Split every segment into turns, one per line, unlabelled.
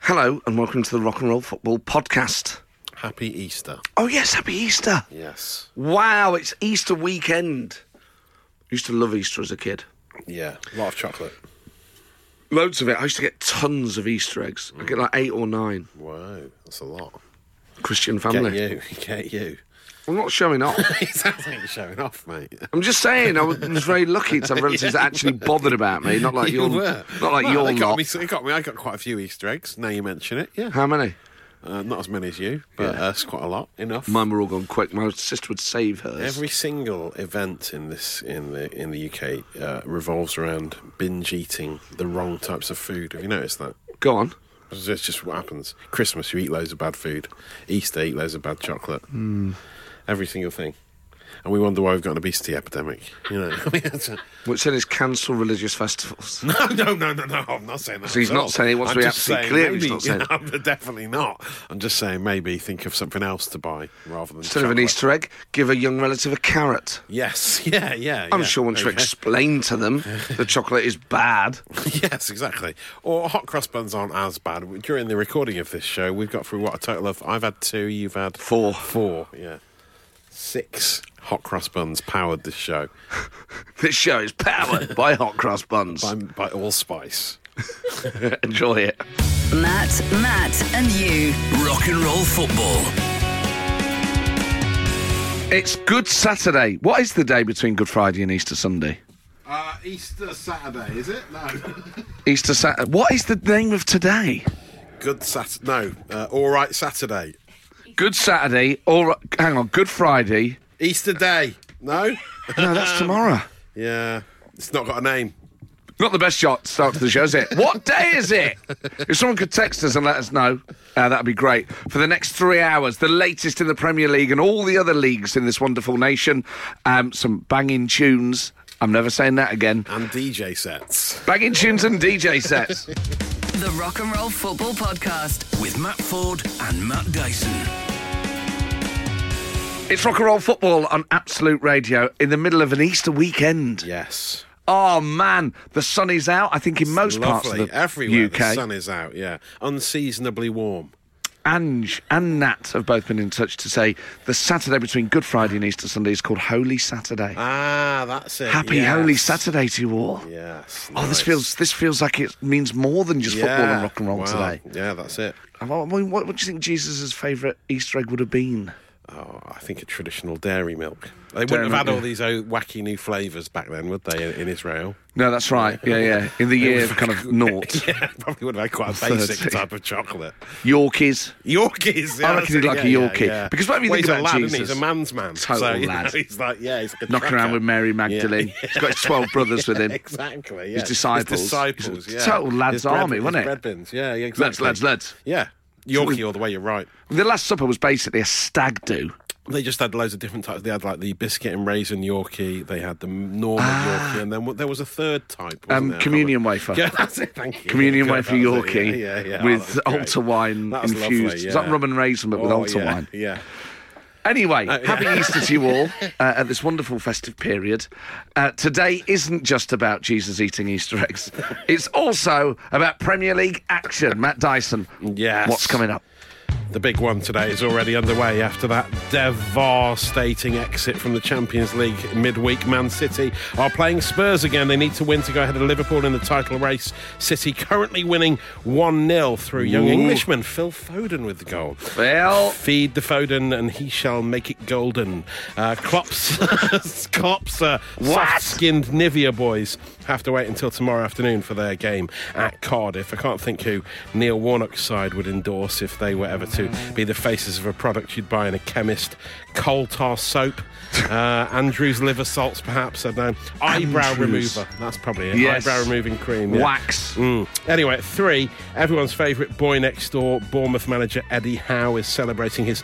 Hello and welcome to the Rock and Roll Football Podcast.
Happy Easter.
Oh yes, happy Easter!
Yes.
Wow, it's Easter weekend. Used to love Easter as a kid.
Yeah. A lot of chocolate.
Loads of it. I used to get tons of Easter eggs. I get like eight or nine.
Wow. That's a lot.
Christian
Get
family.
you. Get you.
I'm not showing off.
it sounds like you're showing off, mate.
I'm just saying. I was very lucky to have relatives that actually bothered about me. Not like
you
your,
were.
not like
Well,
your
it got
lot.
me, it got me. I got quite a few Easter eggs. Now you mention it. Yeah.
How many?
Uh, not as many as you, but uh, it's quite a lot. Enough.
Mine were all gone quick. My sister would save hers.
Every single event in this in the in the UK uh, revolves around binge eating the wrong types of food. Have you noticed that?
Go on.
It's just, just what happens. Christmas, you eat loads of bad food. Easter, eat loads of bad chocolate. Every single thing. And we wonder why we've got an obesity epidemic. You know, I mean, that's a-
Which said is cancel religious festivals.
no, no, no, no, no. I'm not saying that.
So he's
at
not
all.
saying he wants to be
I'm just
absolutely
saying
clear he's
Maybe,
not saying-
I'm definitely not. I'm just saying maybe think of something else to buy rather than
Instead of an
chocolate.
Easter egg, give a young relative a carrot.
Yes, yeah, yeah.
I'm
yeah.
sure once you
Okay.
explain to them the chocolate is bad.
yes, exactly. Or hot cross buns aren't as bad. During the recording of this show, we've got through what a total of I've had two, you've had
Four.
four, yeah, six hot cross buns powered this show
This show is powered by hot cross buns.
by, by allspice.
Enjoy it.
Matt, Matt, and you.
Rock and roll football.
It's Good Saturday. What is the day between Good Friday and Easter Sunday?
Uh, Easter Saturday, is it? No.
Easter Saturday. What is the name of today?
Good Sat. No. Uh, all right, Saturday.
Good Saturday. Or hang on, Good Friday.
Easter Day. No.
No, that's tomorrow.
yeah, it's not got a name.
Not the best shot start to the show, is it? What day is it? If someone could text us and let us know, uh, that'd be great. For the next three hours, the latest in the Premier League and all the other leagues in this wonderful nation. Um, some banging tunes. I'm never saying that again.
And DJ sets.
Banging tunes and DJ sets.
The Rock and Roll Football Podcast.
With Matt Ford and Matt Dyson.
it's rock and roll football on Absolute Radio in the middle of an Easter weekend.
Yes.
Oh man, the sun is out. I think in most parts of
Lovely.
the
Everywhere
UK.
the sun is out. Yeah. Unseasonably warm.
Ange and Nat have both been in touch to say the Saturday between Good Friday and Easter Sunday is called Holy Saturday.
Ah, that's it.
Happy
yes.
Holy Saturday to you all.
Yes.
Oh, this
nice.
feels this feels like it means more than just football
Yeah,
and rock and roll
wow.
today.
Yeah, that's it.
I mean, what, what do you think Jesus' favourite Easter egg would have been?
Oh, I think a traditional dairy milk. They
Dairy
wouldn't
milk,
have had
yeah.
all these oh, wacky new flavours back then, would they, in, in Israel?
No, that's right. Yeah, yeah. In the year of kind of naught.
Yeah, probably would have had quite a basic
30.
type of chocolate.
Yorkies.
Yorkies. Yeah,
I reckon
that's
he'd
it,
like a
yeah, yeah,
Yorkie.
yeah.
Because whatever you
Well,
think
he's a
about
lad, isn't he?
Jesus,
He's a man's man.
total
so, you know,
lad.
he's like, yeah, he's like a
Knocking
cracker.
around with Mary Magdalene. He's got his 12 brothers with him.
Exactly. Yeah.
disciples.
His disciples.
He's a
yeah.
total lad's
His bread-
army,
his
wasn't it?
Bread bins. Yeah, yeah,
Lads,
exactly.
lads, lads.
Yeah. Yorkie all the way. You're right.
The Last Supper was basically a stag do.
They just had loads of different types. They had like the biscuit and raisin Yorkie. They had the normal Yorkie, and then w- there was a third type. wasn't
Ah. Um,
there?
communion
I can't
wafer.
remember. Yeah, that's it. Thank you.
Communion
Yeah,
wafer
that was it,
Yorkie
yeah, yeah, yeah. Oh,
with
that's great.
alter wine
That was
infused.
Lovely, yeah.
It's like rum and raisin, but with
Oh,
alter
yeah,
wine.
Yeah.
Anyway,
Uh, yeah.
happy Easter to you all uh, at this wonderful festive period. Uh, today isn't just about Jesus eating Easter eggs, it's also about Premier League action. Matt Dyson,
Yes.
what's coming up?
The big one today is already underway after that devastating exit from the Champions League midweek. Man City are playing Spurs again. They need to win to go ahead of Liverpool in the title race. City currently winning 1 0 through young Englishman Phil Foden with the goal.
Well-
Feed the Foden and he shall make it golden. Uh, Klopp's, Klopp's uh, soft-skinned Nivea boys have to wait until tomorrow afternoon for their game at Cardiff. I can't think who Neil Warnock's side would endorse if they were ever to be the faces of a product you'd buy in a chemist. Coal tar soap, uh, Andrew's liver salts, perhaps. I don't know. Eyebrow
Andrews.
remover. That's probably it.
Yes.
Eyebrow removing cream. yeah.
Wax.
Mm. Anyway, at three, everyone's favourite boy next door, Bournemouth manager Eddie Howe, is celebrating his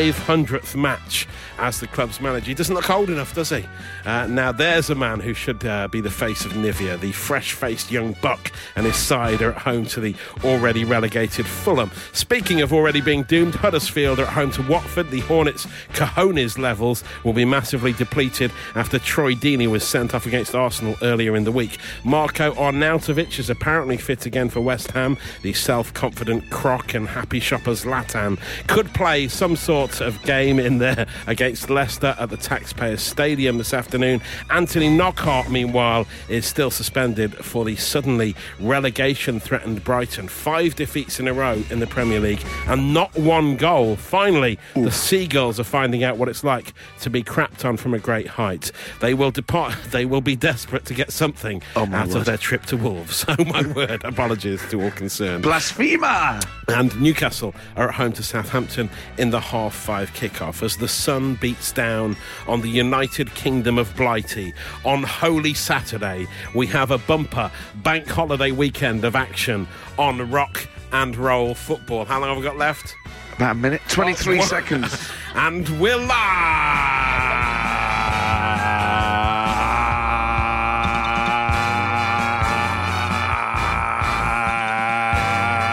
500th match as the club's manager. He doesn't look old enough, does he? Uh, now, there's a man who should uh, be the face of Nivea. The fresh faced young buck and his side are at home to the already relegated Fulham. Speaking of already already being doomed. Huddersfield are at home to Watford. The Hornets' cojones levels will be massively depleted after Troy Deeney was sent off against Arsenal earlier in the week. Marco Arnautovic is apparently fit again for West Ham. The self-confident croc and happy shoppers Latan could play some sort of game in there against Leicester at the Taxpayers Stadium this afternoon. Anthony Knockhart, meanwhile, is still suspended for the suddenly relegation threatened Brighton. Five defeats in a row in the Premier League and not one goal. Finally, the Seagulls are finding out what it's like to be crapped on from a great height. They will depart they will be desperate to get something out of their trip to Wolves. Oh my word, apologies to all concerned.
Blasphemer!
And Newcastle are at home to Southampton in the half five kickoff as the sun beats down on the United Kingdom of Blighty. On Holy Saturday, we have a bumper bank holiday weekend of action on rock and roll football. How long have we got left?
About a minute, 23
What?
seconds.
And we're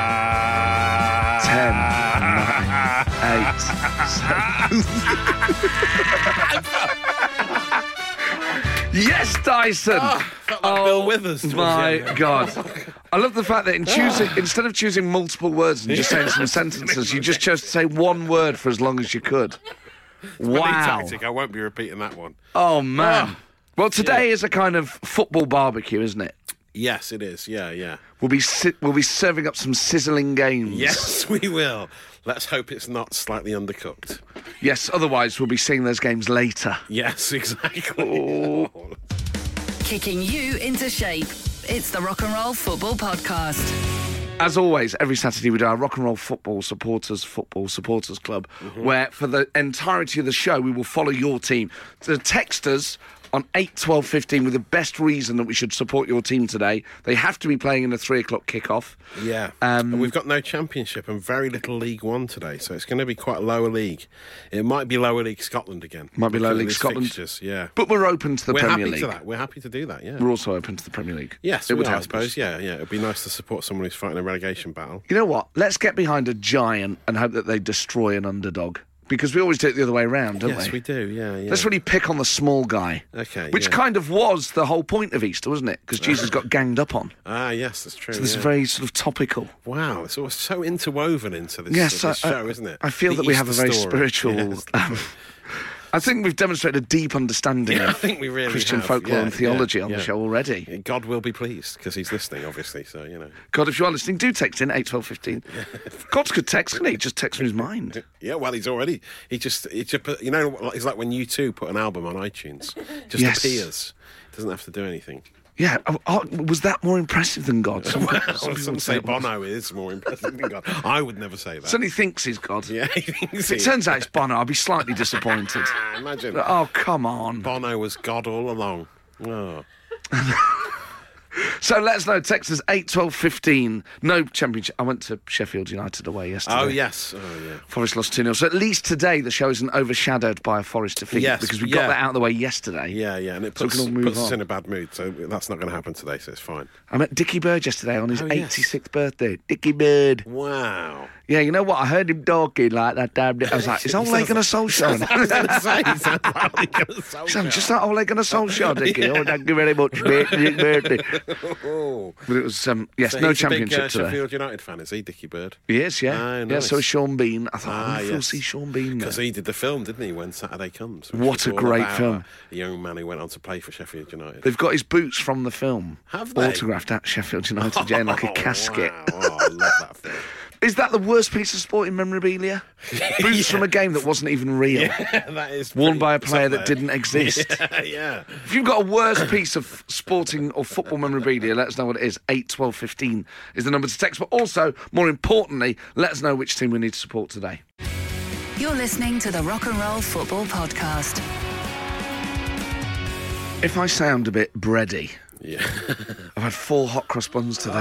live.
10, 9, 8, seven. Yes, Dyson.
Ah,
Oh
felt like Bill Withers towards the
My
end Ah. there.
God, I love the fact that in choosing, instead of choosing multiple words and just saying some sentences, you just chose to say one word for as long as you could. Wow.
Tactic. I won't be repeating that one.
Oh man.
Ah.
Well, today is a kind of football barbecue, isn't it?
Yes, it is. Yeah, yeah.
We'll be si- we'll be serving up some sizzling games.
Yes, we will. Let's hope it's not slightly undercooked.
Yes. Otherwise, we'll be seeing those games later.
Yes, exactly. Oh,
Kicking you into shape. It's the Rock and Roll Football Podcast.
As always, every Saturday we do our Rock and Roll Football Supporters Football Supporters Club,
Mm-hmm.
where for the entirety of the show we will follow your team. So text us on 8 12 15 with the best reason that we should support your team today. They have to be playing in a three o'clock kickoff.
Yeah.
Um,
and we've got no championship and very little League One today, so it's going to be quite a lower league. It might be lower league Scotland again.
Might be
Looking
lower
at
league
these
Scotland.
fixtures, Yeah.
But we're open to the
We're
Premier
happy
League.
to that. We're happy to do that. Yeah.
We're also open to the Premier League.
Yes,
it
we
would
are,
help
I suppose.
us.
Yeah, yeah. It'd be nice to support someone who's fighting a relegation battle.
You know what? Let's get behind a giant and hope that they destroy an underdog. Because we always do it the other way around, don't
yes,
we?
we do. Yeah, yeah.
Let's really pick on the small guy.
Okay,
Which
yeah.
kind of was the whole point of Easter, wasn't it? Because Jesus got ganged up on.
Ah, yes, that's true.
So this
yeah.
is very sort of topical.
Wow, it's all so interwoven into this,
Yes,
this
I- I-
show, isn't it?
I feel
The
that we have a
Easter
very
story.
spiritual.
Yes.
Um, I think we've demonstrated a deep understanding
Yeah, I
of
think we really
Christian
have.
folklore
Yeah,
and theology
yeah,
on the
yeah.
show already.
God will be pleased because he's listening, obviously. So you know.
God, if you are listening, do text in eight twelve fifteen. God's good text, isn't he? Just text from his mind.
Yeah, well, he's already. He just, he just, put- you know, it's like when you two put an album on iTunes, just
Yes.
appears. Doesn't have to do anything.
Yeah, oh, oh, was that more impressive than God? Some, some
Some,
people
some
would
say
it was.
Bono is more impressive than God. I would never say that.
Suddenly thinks he's God.
yeah, he thinks
If it
he-
turns out it's Bono, I'll be slightly disappointed.
Ah, imagine
Oh, come on.
Bono was God all along. Oh.
So let us know. Text us 8 12 15. No championship. I went to Sheffield United away yesterday.
Oh yes. Oh yeah.
Forest lost 2 0. So at least today the show isn't overshadowed by a Forest defeat
Yes,
because we
yeah.
got that out of the way yesterday.
Yeah, yeah, and it
So we
puts,
can all move
puts us
on.
in a bad mood. So that's not going to happen today. So it's fine.
I met Dickie Bird yesterday on his
Oh, yes.
86th birthday. Dickie Bird.
Wow.
Yeah, you know what? I heard him talking like that damn day. I was like, is Ole going to Solskjaer?
going to say. He sounds like Ole Gunnar
So I'm
Solskjaer.
just like Ole Gunnar Solskjaer, Dickie. Oh, thank you very much, mate. Dick Bird.
Oh.
But it was, um, yes,
So
no
he's a big,
championship
uh,
today.
Sheffield United fan, is he, Dickie Bird?
He is, yeah.
Ah,
Yeah,
nice.
so is Sean Bean. I thought,
Ah,
I wonder if we'll
yes.
see Sean Bean there.
Because he did the film, didn't he? When Saturday comes. which
What
was
a
all
great
about
film.
A young man who went on to play for Sheffield United.
They've got his boots from the film.
Have they?
Autographed at Sheffield United, yeah, in like a
Oh,
casket.
wow. Oh, I love that film.
Is that the worst piece of sporting memorabilia? boots from a game that wasn't even real.
that is
Worn
pretty-
by a
it's up
player that
there.
didn't exist.
Yeah, yeah.
If you've got a worse piece of sporting or football memorabilia, let us know what it is. 8, 12, 15 is the number to text. But also, more importantly, let us know which team we need to support today.
You're listening to the Rock and Roll Football Podcast.
If I sound a bit bready,
Yeah.
I've had
Ah.
four hot cross buns today.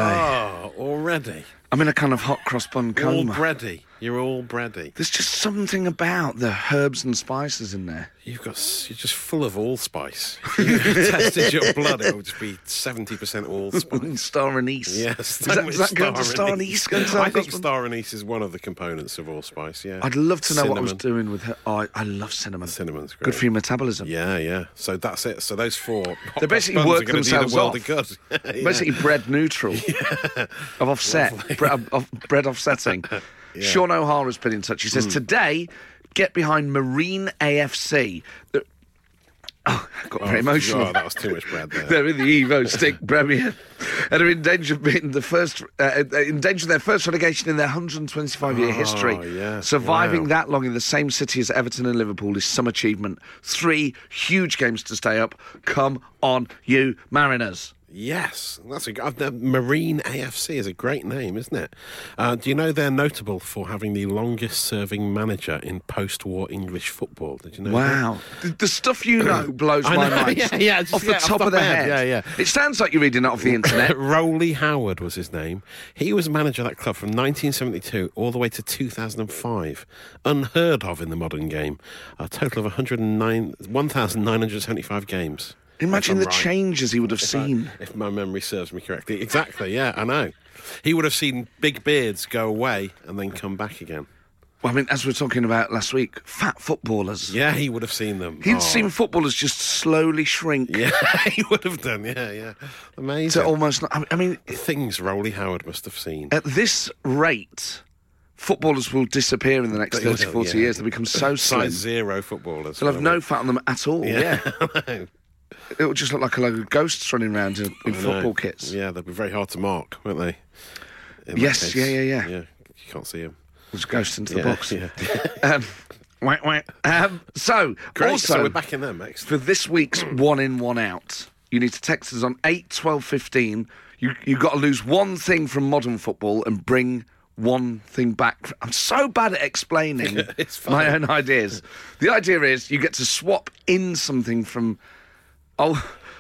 Oh, already.
I'm in a kind of hot cross bun coma.
Already. You're all bready.
There's just something about the herbs and spices in there.
You've got s- you're just full of allspice. If you tested your blood, it would just be seventy percent allspice.
star anise.
Yes,
Is that, is that going to star anise? Going to
I
our
think
gospel?
star anise is one of the components of allspice. Yeah,
I'd love to know what I was
Cinnamon.
doing with her. Oh, I, I love cinnamon.
Cinnamon's great.
Good for your metabolism.
Yeah, yeah. So that's it. So those four. hot
They basically
buns are
work
gonna do
themselves
the world
off.
of good. Yeah.
Basically, bread neutral. Of offset. Bre- of, of bread offsetting. Sean O'Hara's been in touch. He
Hmm.
says, Today, get behind Marine AFC. The- Oh, I got very emotional.
Oh, that was too much bread there.
They're in the Evo Stick Premier and are in danger of being the first, uh, in danger of their first relegation in their 125 year history.
Ah, yes,
Surviving
wow.
that long in the same city as Everton and Liverpool is some achievement. Three huge games to stay up. Come on, you Mariners.
Yes, that's a uh, the Marine AFC is a great name, isn't it? Uh, do you know they're notable for having the longest-serving manager in post-war English football? Did you know?
Wow. The, the stuff you know blows
I
my
know,
mind.
yeah, yeah, just
off the
get
top
off
of
the
the
head,
head.
yeah, yeah.
It sounds like you're reading it off the internet.
That? Rowley Howard was his name. He was manager of that club from 1972 all the way to 2005. Unheard of in the modern game. A total of 109 1,975 games. if
Imagine
I'm
the
right.
changes he would have seen.
if my memory serves me correctly. Exactly, yeah, I know. He would have seen big beards go away and then come back again.
Well, I mean, as we were talking about last week, fat footballers.
Yeah, he would have seen them.
He'd
Oh.
seen footballers just slowly shrink
Yeah, he would have done. Yeah, yeah. Amazing.
to almost. Not, I mean- I mean,
Things Rowley Howard must have seen.
at this rate, footballers will disappear in the next
They will,
30, 40
yeah.
years. They become so slim.
Size zero footballers.
They'll have no fat on them at all.
Yeah. I
It'll just look like a load of ghosts running around in, in
know.
football kits.
Yeah, they'd be very hard to mark, wouldn't they? In that
Yes,
case.
yeah, yeah, yeah.
Yeah, you can't see them.
There's ghosts into the
Yeah,
box.
yeah.
Um, wait, wait. Um, so,
Great.
also,
so we're back in them next.
for this week's one in, one out, you need to text us on 8 12 15. You, you've got to lose one thing from modern football and bring one thing back. I'm so bad at explaining
It's fine.
my own ideas. The idea is you get to swap in something from old,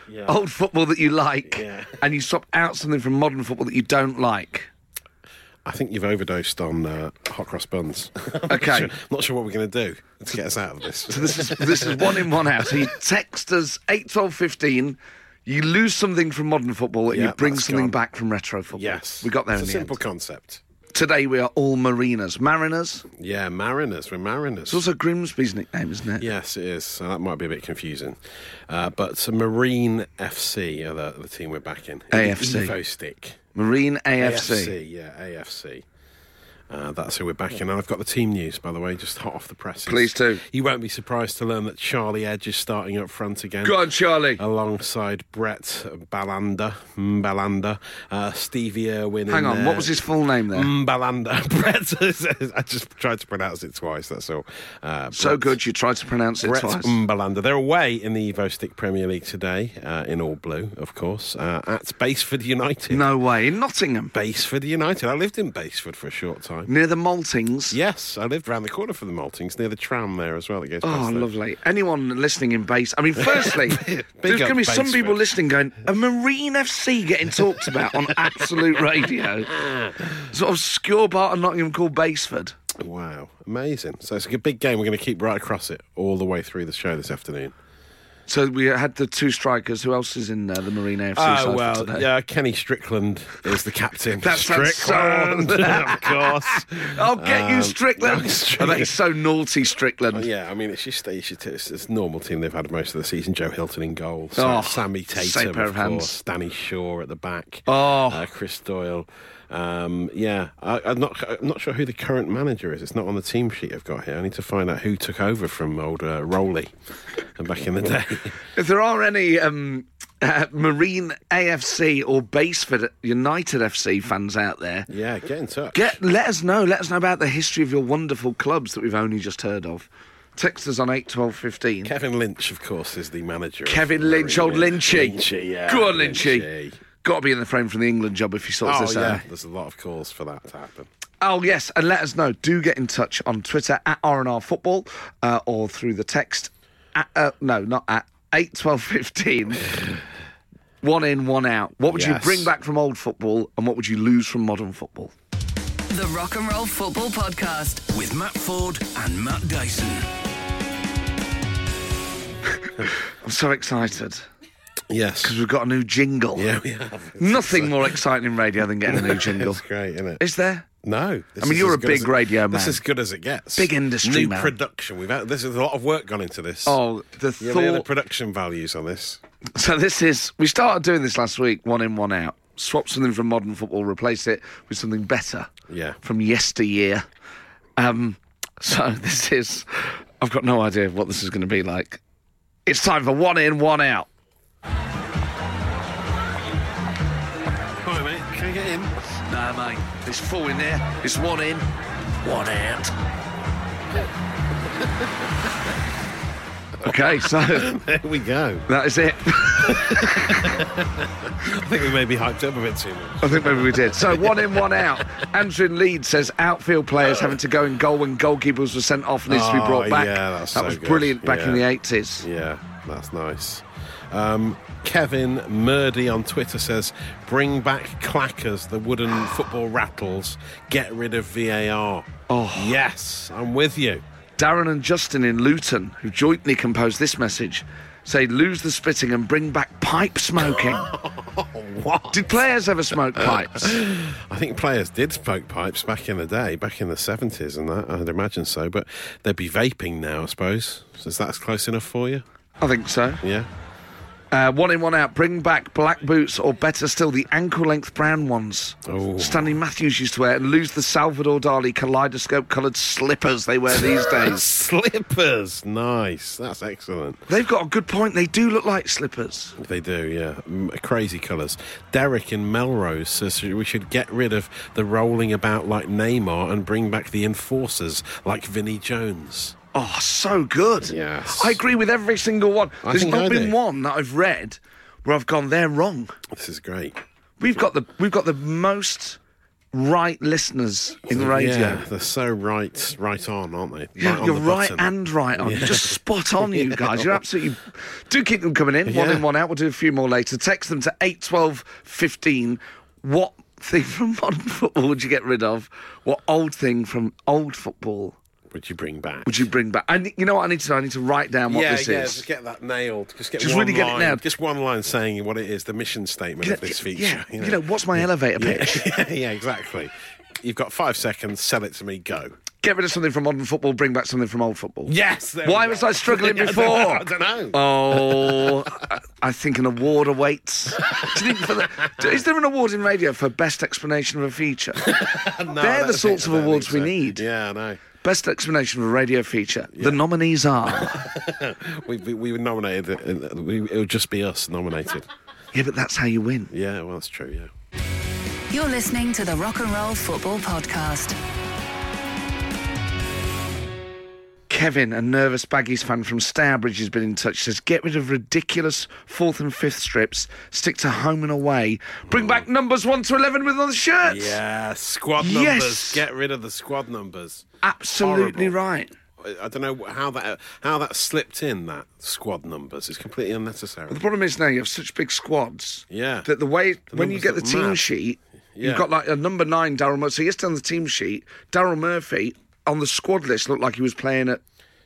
Yeah.
old football that you like
Yeah.
and you swap out something from modern football that you don't like.
I think you've overdosed on uh, hot cross buns.
Okay.
I'm not sure what we're going to do to get us out of this.
So this is this is one in one out. So you text us eight twelve fifteen. You lose something from modern football and
Yeah,
you bring
that's
something
gone.
back from retro football.
yes,
we got there
It's
in the
a simple
end.
concept.
Today we are all mariners. Mariners. It's
Yeah, mariners. We're mariners.
also Grimsby's nickname, isn't it?
Yes, it is. So that might be a bit confusing. Uh, but Marine FC are the, the team we're backing.
AFC.
Evo Stick.
Marine AFC.
AFC, yeah, AFC. Uh, that's who we're backing. And I've got the team news, by the way, just hot off the presses.
Please do.
You won't be surprised to learn that Charlie Edge is starting up front again.
Go on, Charlie.
Alongside Brett Ballander, Ballander, uh, Stevie Irwin. in
Hang on.
there.
What was his full name there?
Mbalanda. Brett. I just tried to pronounce it twice, that's all. Uh,
so
Brett-
good. You tried to pronounce it
Brett
twice.
Mbalanda. They're away in the Evo Stick Premier League today, uh, in all blue, of course, uh, at Baseford United.
No way. In Nottingham,
Baseford United. I lived in Baseford for a short time.
near the Maltings.
Yes, I lived round the corner from the Maltings, near the tram there as well. That goes
Oh,
past there.
lovely. Anyone listening in base? I mean, firstly, there's going
up
to be some
Baseford.
people listening going, a Marine FC getting talked about on absolute radio? Sort of obscure part of Nottingham called Baseford.
Wow, amazing. So it's a good big game. We're going to keep right across it all the way through the show this afternoon.
So we had the two strikers. Who else is in uh, the Marine FC side for today?
Oh, yeah, Kenny Strickland is the captain.
That sounds
Strickland, of course.
I'll get you,
Um,
Strickland.
no,
Oh,
Strickland.
that is so naughty, Strickland.
Yeah, I mean, it's just it's, just, it's, it's a normal team they've had most of the season. Joe Hilton in goal, Sa-
Oh,
Sammy Tatum,
same
of,
pair of hands.
course, Danny Shaw at the back,
Oh.
uh, Chris Doyle. Um, yeah, I, I'm not I'm not sure who the current manager is. It's not on the team sheet I've got here. I need to find out who took over from old uh, Rowley and back in the day.
If there are any um, uh, Marine AFC or Baseford United FC fans out there,
yeah, get in touch.
Get let us know. Let us know about the history of your wonderful clubs that we've only just heard of. Text us on eight twelve fifteen.
Kevin Lynch, of course, is the manager. of
Kevin Lynch, old
Marine.
Lynchy.
Lynchy, yeah.
Go on, Lynchy. Got to be in the frame from the England job if he sorts
Oh
this uh,
yeah,
out.
there's a lot of calls for that to happen.
Oh yes, and let us know. Do get in touch on Twitter at R&R Football uh, or through the text. At, uh, no, not at eight twelve fifteen. One in, one out. What would you
Yes.
bring back from old football, and what would you lose from modern football?
The Rock and Roll Football Podcast.
with Matt Ford and Matt Dyson.
I'm so excited
Yes.
because we've got a new jingle.
Yeah, we have.
Nothing more exciting in radio than getting a new jingle.
It's great, isn't it?
Is there?
No, this
I mean,
is
you're
as
a
good
big
as it-
radio man.
This is as good as it gets.
Big industry
new
man.
production. We've had, this is a lot of work gone into this.
Oh, the
you
thought.
know the production values on this.
So this is we started doing this last week, one in, one out. Swap something from modern football, replace it with something better.
Yeah.
From yesteryear. Um so this is I've got no idea what this is gonna be like. It's time for one in, one out.
Hi, mate. Can I get in?
No mate, it's four in there, it's one in, one out. okay, so
There we go.
that is it.
I think we may be hyped up a bit too much.
I think maybe we did. So one in, one out. Andrew in Leeds says outfield players having to go in goal when goalkeepers were sent off needs to be
Oh,
brought back.
yeah, that's
that
so
was
good.
brilliant back in the
Yeah.
eighties.
Yeah, that's nice. Um, Kevin Murdy on Twitter says, "Bring back clackers, the wooden football rattles. Get rid of VAR."
Oh.
yes, I'm with you.
Darren and Justin in Luton, who jointly composed this message, say lose the spitting and bring back pipe smoking.
What?
did players ever smoke pipes?
I think players did smoke pipes back in the day, back in the 70s and that, I'd imagine so, but they'd be vaping now, I suppose. So that's close enough for you?
I think so.
Yeah.
Uh, one in, one out. Bring back black boots, or better still, the ankle-length brown ones.
Oh.
Stanley Matthews used to wear, and lose the Salvador Dali kaleidoscope-coloured slippers they wear these days.
Slippers! Nice. That's excellent.
They've got a good point. They do look like slippers.
They do, yeah. Mm, crazy colours. Derek in Melrose says we should get rid of the rolling about like Neymar and bring back the enforcers like Vinnie Jones.
Oh, so good.
Yes.
I agree with every single one.
I
There's
think
not
I
been
do.
one that I've read where I've gone, they're wrong.
This is great.
We've got the we've got the most right listeners in radio.
Yeah, they're so right, right on, aren't they? Right
You're,
on
you're
the
right
button.
and right on. You're just spot on, you guys. You're absolutely. Do keep them coming in. One
Yeah.
in, one out. We'll do a few more later. Text them to eight twelve fifteen. What thing from modern football would you get rid of? What old thing from old football
Would you bring back?
would you bring back? I, ne- you know what I need to know? I need to write down what
yeah,
this
yeah,
is.
just get that nailed. Just get
Just
one
really get it
line-
nailed.
Just one line saying what it is, the mission statement of this feature.
Yeah, you know, what's my elevator pitch?
yeah, yeah, exactly. You've got five seconds. Sell it to me. Go.
Get rid of something from modern football, bring back something from old football.
Yes. there
Why
we
was
go.
I struggling
Yeah,
before?
I don't know.
Oh, I- I think an award awaits. Do you think for the, do- is there an award in radio for best explanation of a feature?
Oh, No, I
They're
don't
the
think-
sorts
I
of
don't
awards
think so.
we need.
Yeah, I know.
Best explanation of a radio feature. The nominees are.
We, we, we were nominated. uh, We, it would just be us nominated.
yeah, but that's how you win.
Yeah, well, that's true. Yeah.
You're listening to the Rock and Roll Football Podcast.
Kevin, a nervous baggies fan from Stourbridge, has been in touch. Says, get rid of ridiculous fourth and fifth strips. Stick to home and away. Bring back numbers one to eleven with on the shirts.
Yeah, squad
Yes.
numbers. Get rid of the squad numbers.
absolutely
Horrible.
right.
I- I don't know how that how that slipped in. That squad numbers. It's completely unnecessary.
The problem is now you have such big squads.
Yeah.
That the way when you
numbers
get the
look
team
mad.
sheet,
Yeah.
you've got like a number nine Daryl Murphy. So yesterday on the team sheet, Daryl Murphy on the squad list looked like he was playing at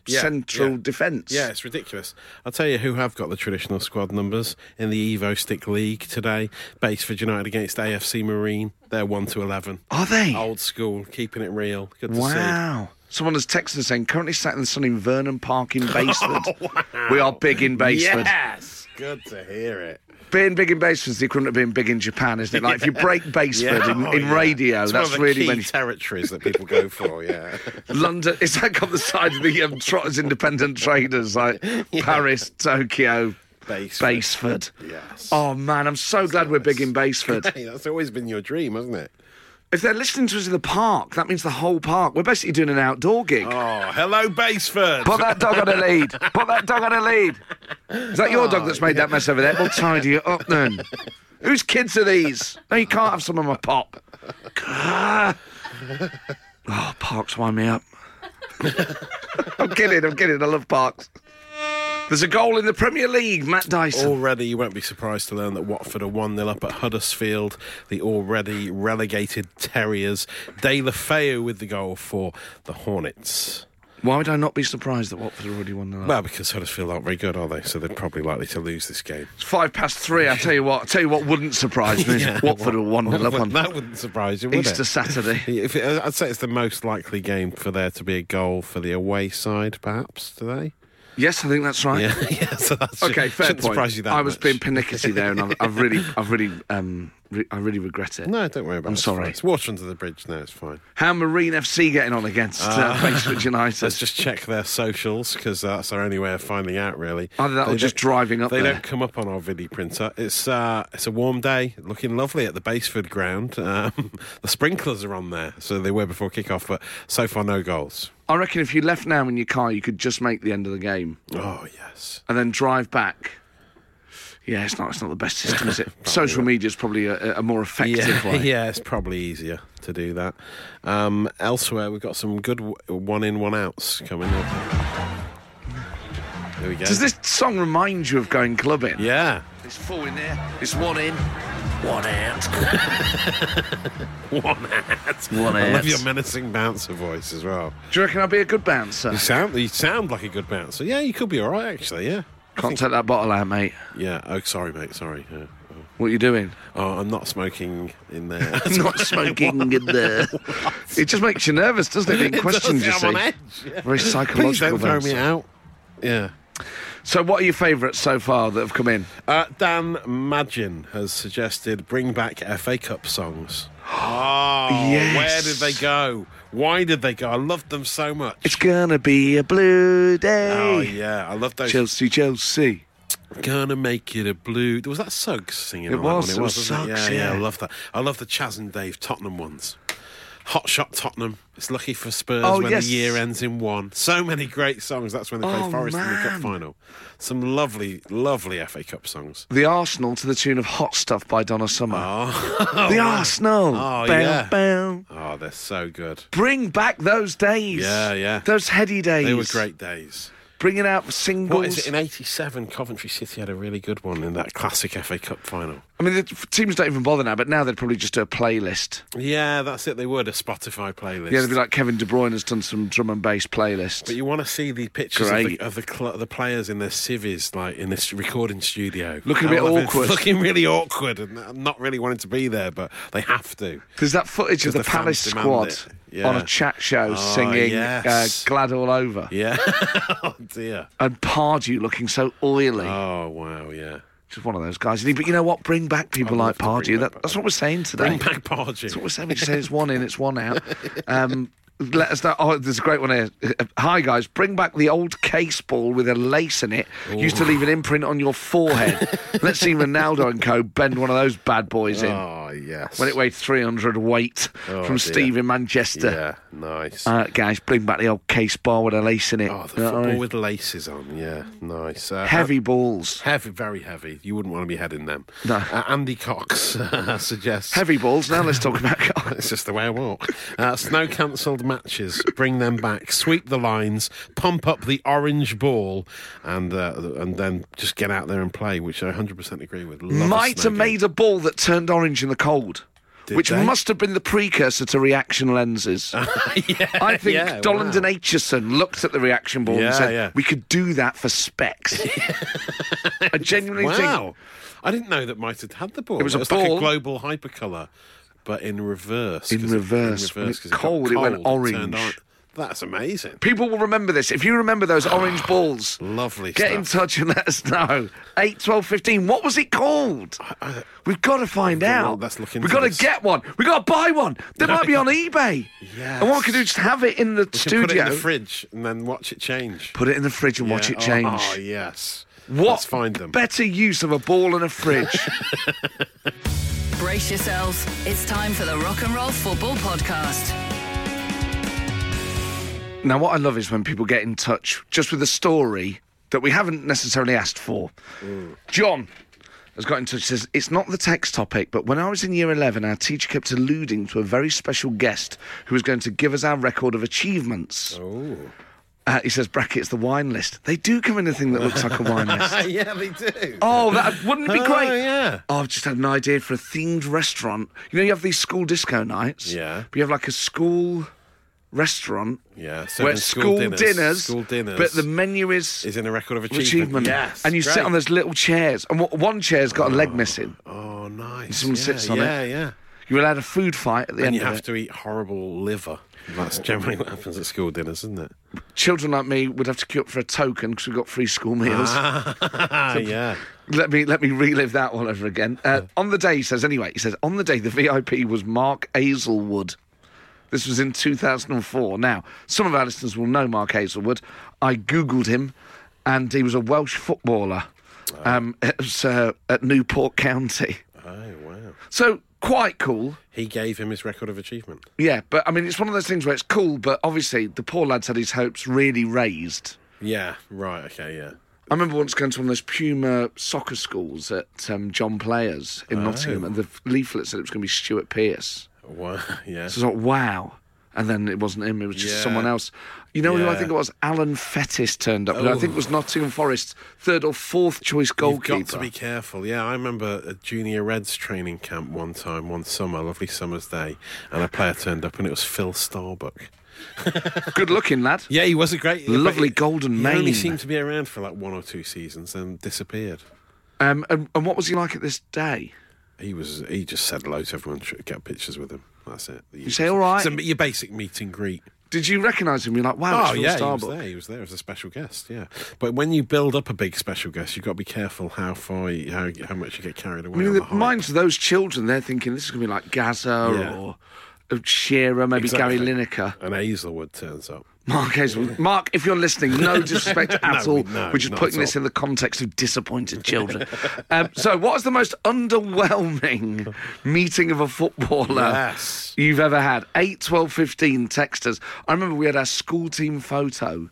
Yeah,
central
yeah.
defence.
Yeah, it's ridiculous. I'll tell you who have got the traditional squad numbers in the Evo Stick League today. Baseford United against AFC Marine. They're 1 to 11.
Are they?
Old school, keeping it real. Good to
Wow. Someone has texted saying, currently sat in the sun in Vernon Park in Baseford.
Oh,
We are big in
see.
Baseford.
Yes! Good to hear it.
Being big in Baseford is the equivalent of being big in Japan, isn't it? Like if you break Baseford in,
Oh,
in
yeah.
radio,
It's one
that's
of the
really
key
when
territories that people go for, yeah.
London. It's like on the side of the um, Trotters Independent Traders, like Paris, Tokyo,
Baseford.
Baseford.
Yes.
Oh man, I'm so glad we're big in Baseford.
Hey, that's always been your dream, hasn't it?
if they're listening to us in the park, that means the whole park. We're basically doing an outdoor gig.
Oh, hello, Baseford.
Put that dog on a lead. Put that dog on a lead. Is that your dog that's made that mess over there? We'll tidy it up then. Whose kids are these? No, you can't have some of my pop. Ah. Gah. Oh, Parks wind me up. I'm kidding, I'm kidding. I love Parks. There's a goal in the Premier League, Matt Dyson.
Already, you won't be surprised to learn that Watford are 1 0 up at Huddersfield, the already relegated Terriers. De La Feo with the goal for the Hornets.
Why would I not be surprised that Watford have already won the
Well, because Huddersfield aren't very good, are they? So they're probably likely to lose this game.
It's five past three. I tell you what. I tell you what wouldn't surprise me. is Watford will one nil up on
That wouldn't surprise you, would
Easter
it?
Saturday.
If it, I'd say it's the most likely game for there to be a goal for the away side, perhaps today.
Yes, I think that's right.
Yeah, yeah. So that's
Okay, fair
shouldn't
point.
Surprise you that
I was
much.
being pernickety there, and I've, I've really, I've really, um, re- I really regret it.
No, don't worry about
I'm
it. It's
sorry.
fine. It's water under the bridge now. It's fine.
How Marine FC getting on against
Ah.
uh, Bayswood United?
Let's just check their socials because that's our only way of finding out, really.
Either Oh, that or
They
just
don't-
driving up
They
there.
don't come up on our video printer. It's uh, it's a warm day, looking lovely at the Baseford ground. Um, the sprinklers are on there, so they were before kickoff, but so far no goals.
I reckon if you left now in your car, you could just make the end of the game
Oh yes.
and then drive back. Yeah, it's not. It's not the best system, is it? Social media is probably a, a more effective
Yeah,
way.
yeah, it's probably easier to do that. Um, elsewhere, we've got some good w- one in, one outs coming up. There we go.
Does this song remind you of going clubbing?
Yeah.
It's four in there. It's one in.
One out.
One out.
One
I
out.
love your menacing bouncer voice as well.
Do you reckon I'd be a good bouncer?
You sound you sound like a good bouncer. Yeah, you could be all right actually. Yeah.
Can't take that bottle out, mate.
Yeah. Oh, sorry, mate. Sorry. Yeah.
What are you doing?
Oh, I'm not smoking in there.
Not smoking in there. It just makes you nervous, doesn't it? Being questioned,
does,
you
I'm
see.
on edge, yeah.
Very
Please
psychological.
don't throw
bouncer.
me out. Yeah.
So, what are your favourites so far that have come in?
Uh, Dan Madgen has suggested bring back FA Cup songs. Oh,
Yes.
where did they go? Why did they go? I loved them so much.
It's gonna be a blue day.
oh yeah, I love those.
Chelsea, Chelsea.
Gonna make it a blue. Was that Suggs singing?
It
on
was,
That
it
one?
was
wasn't
Suggs,
Yeah,
yeah.
I love that. I love the Chaz and Dave Tottenham ones. Hot shot Tottenham. It's lucky for Spurs
Oh,
when
yes.
the year ends in one. So many great songs. That's when they played
Oh,
Forest in the
man.
cup final. Some lovely, lovely FA Cup songs.
The Arsenal to the tune of Hot Stuff by Donna Summer.
Oh,
the Arsenal. Bow,
Oh, yeah.
bow.
oh, they're so good.
Bring back those days.
Yeah, yeah.
Those heady days.
They were great days.
Bringing out singles.
What is it? In '87, Coventry City had a really good one in that classic FA Cup final.
I mean, the t- teams don't even bother now, but now they'd probably just do a playlist.
Yeah, that's it. They would a Spotify playlist.
Yeah, they'd be like Kevin De Bruyne has done some drum and bass playlists.
But you want to see the pictures
Great.
of the of the, cl- the players in their civvies, like in this recording studio,
Looking a bit
How lovely-
awkward.
looking really awkward, and I'm not really wanting to be there, but they have to.
There's that footage of the,
Because the
Palace
fans demand
squad
it.
on a
Yeah.
chat show
Oh,
singing
yes.
uh, "Glad All Over"
Yeah. oh dear.
and Pardew looking so oily.
Oh wow. Yeah.
Just one of those guys. But you know what? Bring back people
I
like
love to bring
Pardew.
back
That, that's what we're saying today.
Bring back
That's what
Pardew.
we're saying. We just say it's one in, it's one out. Um, let us know. Oh, there's a great one here. Hi guys, bring back the old case ball with a lace in it. Used to leave an imprint on your forehead. Let's see Ronaldo and Co. bend one of those bad boys in.
Oh yes.
when it weighed 300 weight
Oh,
from
dear.
Steve in Manchester.
Yeah. Nice.
Uh, guys, bring back the old case bar with a lace in it.
oh, the
Don't
football
worry.
with laces on. Yeah. Nice. Uh,
Heavy balls.
Heavy, very heavy. You wouldn't want to be heading them.
No.
Uh, Andy Cox uh, suggests.
Heavy balls. Now let's talk about
It's just the way I walk. Uh, snow cancelled matches. Bring them back. Sweep the lines. Pump up the orange ball, and uh, and then just get out there and play, which I 100% agree with. Love a
Might
snow
have
game.
made a ball that turned orange in the cold.
Did
which
they?
must have been the precursor to reaction lenses. I think
yeah,
Dolland
wow.
and Aitchison looked at the reaction ball and
Yeah,
said,
yeah.
"We could do that for specs." I genuinely
Wow,
think
I didn't know that might have had the ball. It
was a
like
ball.
a global hypercolor, but in reverse.
In
'cause
reverse. When it
'cause got
cold, it went
cold, it turned
orange.
orange. That's amazing.
people will remember this. If you remember those orange balls,
Lovely
Get
stuff.
in touch and let us know. 8, 12, 15. What was it called? We've got to find
well,
out.
let's look
We've
into
got to
this.
get one. We've got to buy one. They might be on eBay. And what we could do is just have it in the
You
studio.
can Put it in the fridge and then watch it change.
Put it in the fridge and watch
Yeah.
it change.
Oh, yes.
what
Let's find them.
better use of a ball and a fridge?
Brace yourselves. It's time for the Rock and Roll Football Podcast.
now, what I love is when people get in touch just with a story that we haven't necessarily asked for.
Mm.
John has got in touch says it's not the text topic but when i was in year 11 our teacher kept
Oh.
alluding to a very special guest who was going to give us our record of achievements Uh, he says, brackets, the wine list. They do come in a thing that looks like a wine list.
yeah, they do.
Oh, that wouldn't it be
Oh,
great?
yeah.
Oh, I've just had an idea for a themed restaurant. You know, you have these school disco nights.
Yeah.
But you have like a school restaurant.
Yeah, so
Where
in
school, dinners,
School dinners.
But the menu is
is in a record of achievement.
achievement.
Yes.
And you sit
great.
on those little chairs, and wh- one chair's got a leg missing.
Oh, nice.
Someone
yeah,
sits on it.
yeah, Yeah,
You're allowed a food fight at the
And
end
you
of
have
it.
to eat horrible liver. That's generally what happens at school dinners, isn't it?
Children like me would have to queue up for a token because we got free school meals.
Ah, yeah.
Let me let me relive that all over again. Uh, on the day, he says. Anyway, he says on the day the VIP was Mark Hazelwood. This was in 2004. Now, some of our listeners will know Mark Hazelwood. I googled him, and he was a Welsh footballer um, it was, uh, at Newport County.
Oh, wow.
So quite cool.
He gave him his record of achievement.
Yeah, but I mean, it's one of those things where it's cool, but obviously the poor lad's had his hopes really raised.
Yeah, right, okay, yeah.
I remember once going to one of those Puma soccer schools at um, John Players
Oh.
in Nottingham, and the leaflet said it was going to be Stuart Pearce.
Wow, yeah.
So I was like, wow. And then it wasn't him, it was just
Yeah.
someone else. You know who I
Yeah. Oh.
think it was? Alan Fettis turned up. who I think it was Nottingham Forest's third or fourth choice
You've
goalkeeper.
got to be careful. Yeah, I remember a junior Reds training camp one time, one summer, lovely summer's day, and a player turned up and it was Phil Starbuck.
Good looking lad.
Yeah, he was a great,
Lovely
but he-
golden
He only
mane.
seemed to be around for like one or two seasons, then disappeared.
Um, and, and what was he like at this day?
He was. He just said hello to everyone, tr- get pictures with him. That's it. You
say, "All right."
It's a, your basic meet and greet.
Did you recognise him? You're like, wow,
Oh
it's Phil
yeah, he was
Starbuck.
there. He was there as a special guest. Yeah, but when you build up a big special guest, you've got to be careful how far, you, how how much you get carried away.
I mean,
on
the
the hype.
minds of those children, they're thinking this is going to be like Gaza
Yeah.
or uh, Shearer, maybe
Exactly.
Gary Lineker.
and Hazelwood turns up.
Mark Hazel. Mark, if you're listening, no disrespect at
No,
all.
no,
We're just
not
putting
at
this
all.
in the context of disappointed children. um, so, what is the most underwhelming meeting of a footballer
Yes.
you've ever had? 8, 12, 15 texters. I remember we had our school team photo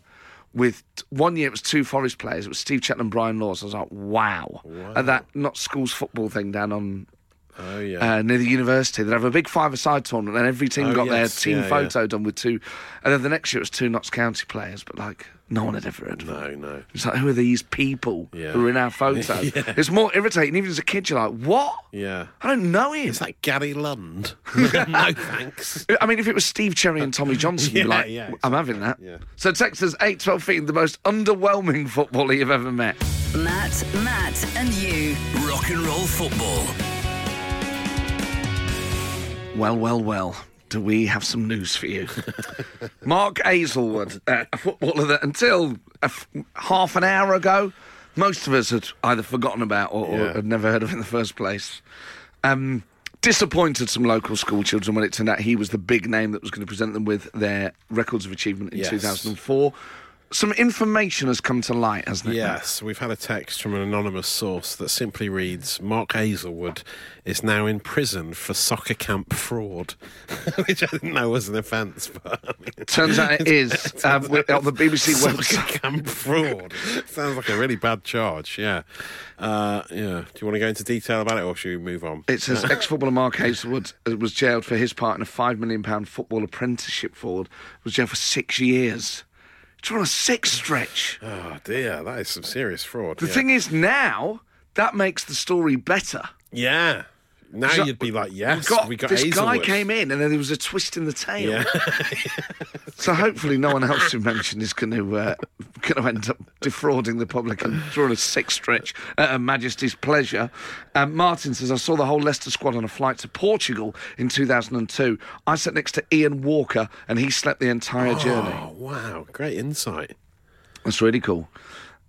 with one year it was two Forest players. It was Steve Chetland and Brian Laws. I was like, wow. At that not schools football thing down on
Oh yeah.
uh, near the university. They'd have a big five-a-side tournament, and every team
Oh,
got
yes,
their team
yeah,
photo done with two. And then the next year it was two Notts County players, but like no one had ever heard of them.
no, no.
It's like, who are these people
Yeah.
who are in our photo? It's more irritating. Even as a kid, you're like, what?
Yeah.
I don't know him.
Is that Gary Lund? no thanks.
I mean, if it was Steve Cherry and Tommy Johnson, you'd be
Yeah,
like,
yeah,
I'm having that.
Yeah.
So Texas, 8, 12 feet, the most underwhelming footballer you've ever met.
Matt, Matt, and you.
Rock and roll football.
Well, well, well. Do we have some news for you? Mark Hazelwood, uh, a footballer that until a f- half an hour ago, most of us had either forgotten about or, or
Yeah.
had never heard of in the first place. Um, disappointed some local school children when it turned out he was the big name that was going to present them with their records of achievement in
Yes.
2004. Some information has come to light, hasn't it?
Yes, we've had a text from an anonymous source that simply reads Mark Hazelwood is now in prison for soccer camp fraud, which I didn't know was an offence, but I mean,
Turns out it is. uh, with- on the BBC website.
soccer camp fraud sounds like a really bad charge. Yeah, uh, yeah. Do you want to go into detail about it, or should we move on?
It says ex-footballer Mark Hazelwood uh, was jailed for his part in a five million pound football apprenticeship fraud. Was jailed for six years. It's on a six stretch.
oh dear, that is some serious fraud.
The
yeah.
thing is, now that makes the story better.
yeah. Now
So-
you'd be like, yes,
Got-
we got
this guy
Hazelwood.
came in, and then there was a twist in the tail.
Yeah.
So hopefully, no one else who mentioned is going to uh, going to end up defrauding the public and drawing a six stretch at Her Majesty's pleasure. Um, Martin says, "I saw the whole Leicester squad on a flight to Portugal in 2002. I sat next to Ian Walker, and he slept the entire journey.
Oh wow, great insight.
That's really cool."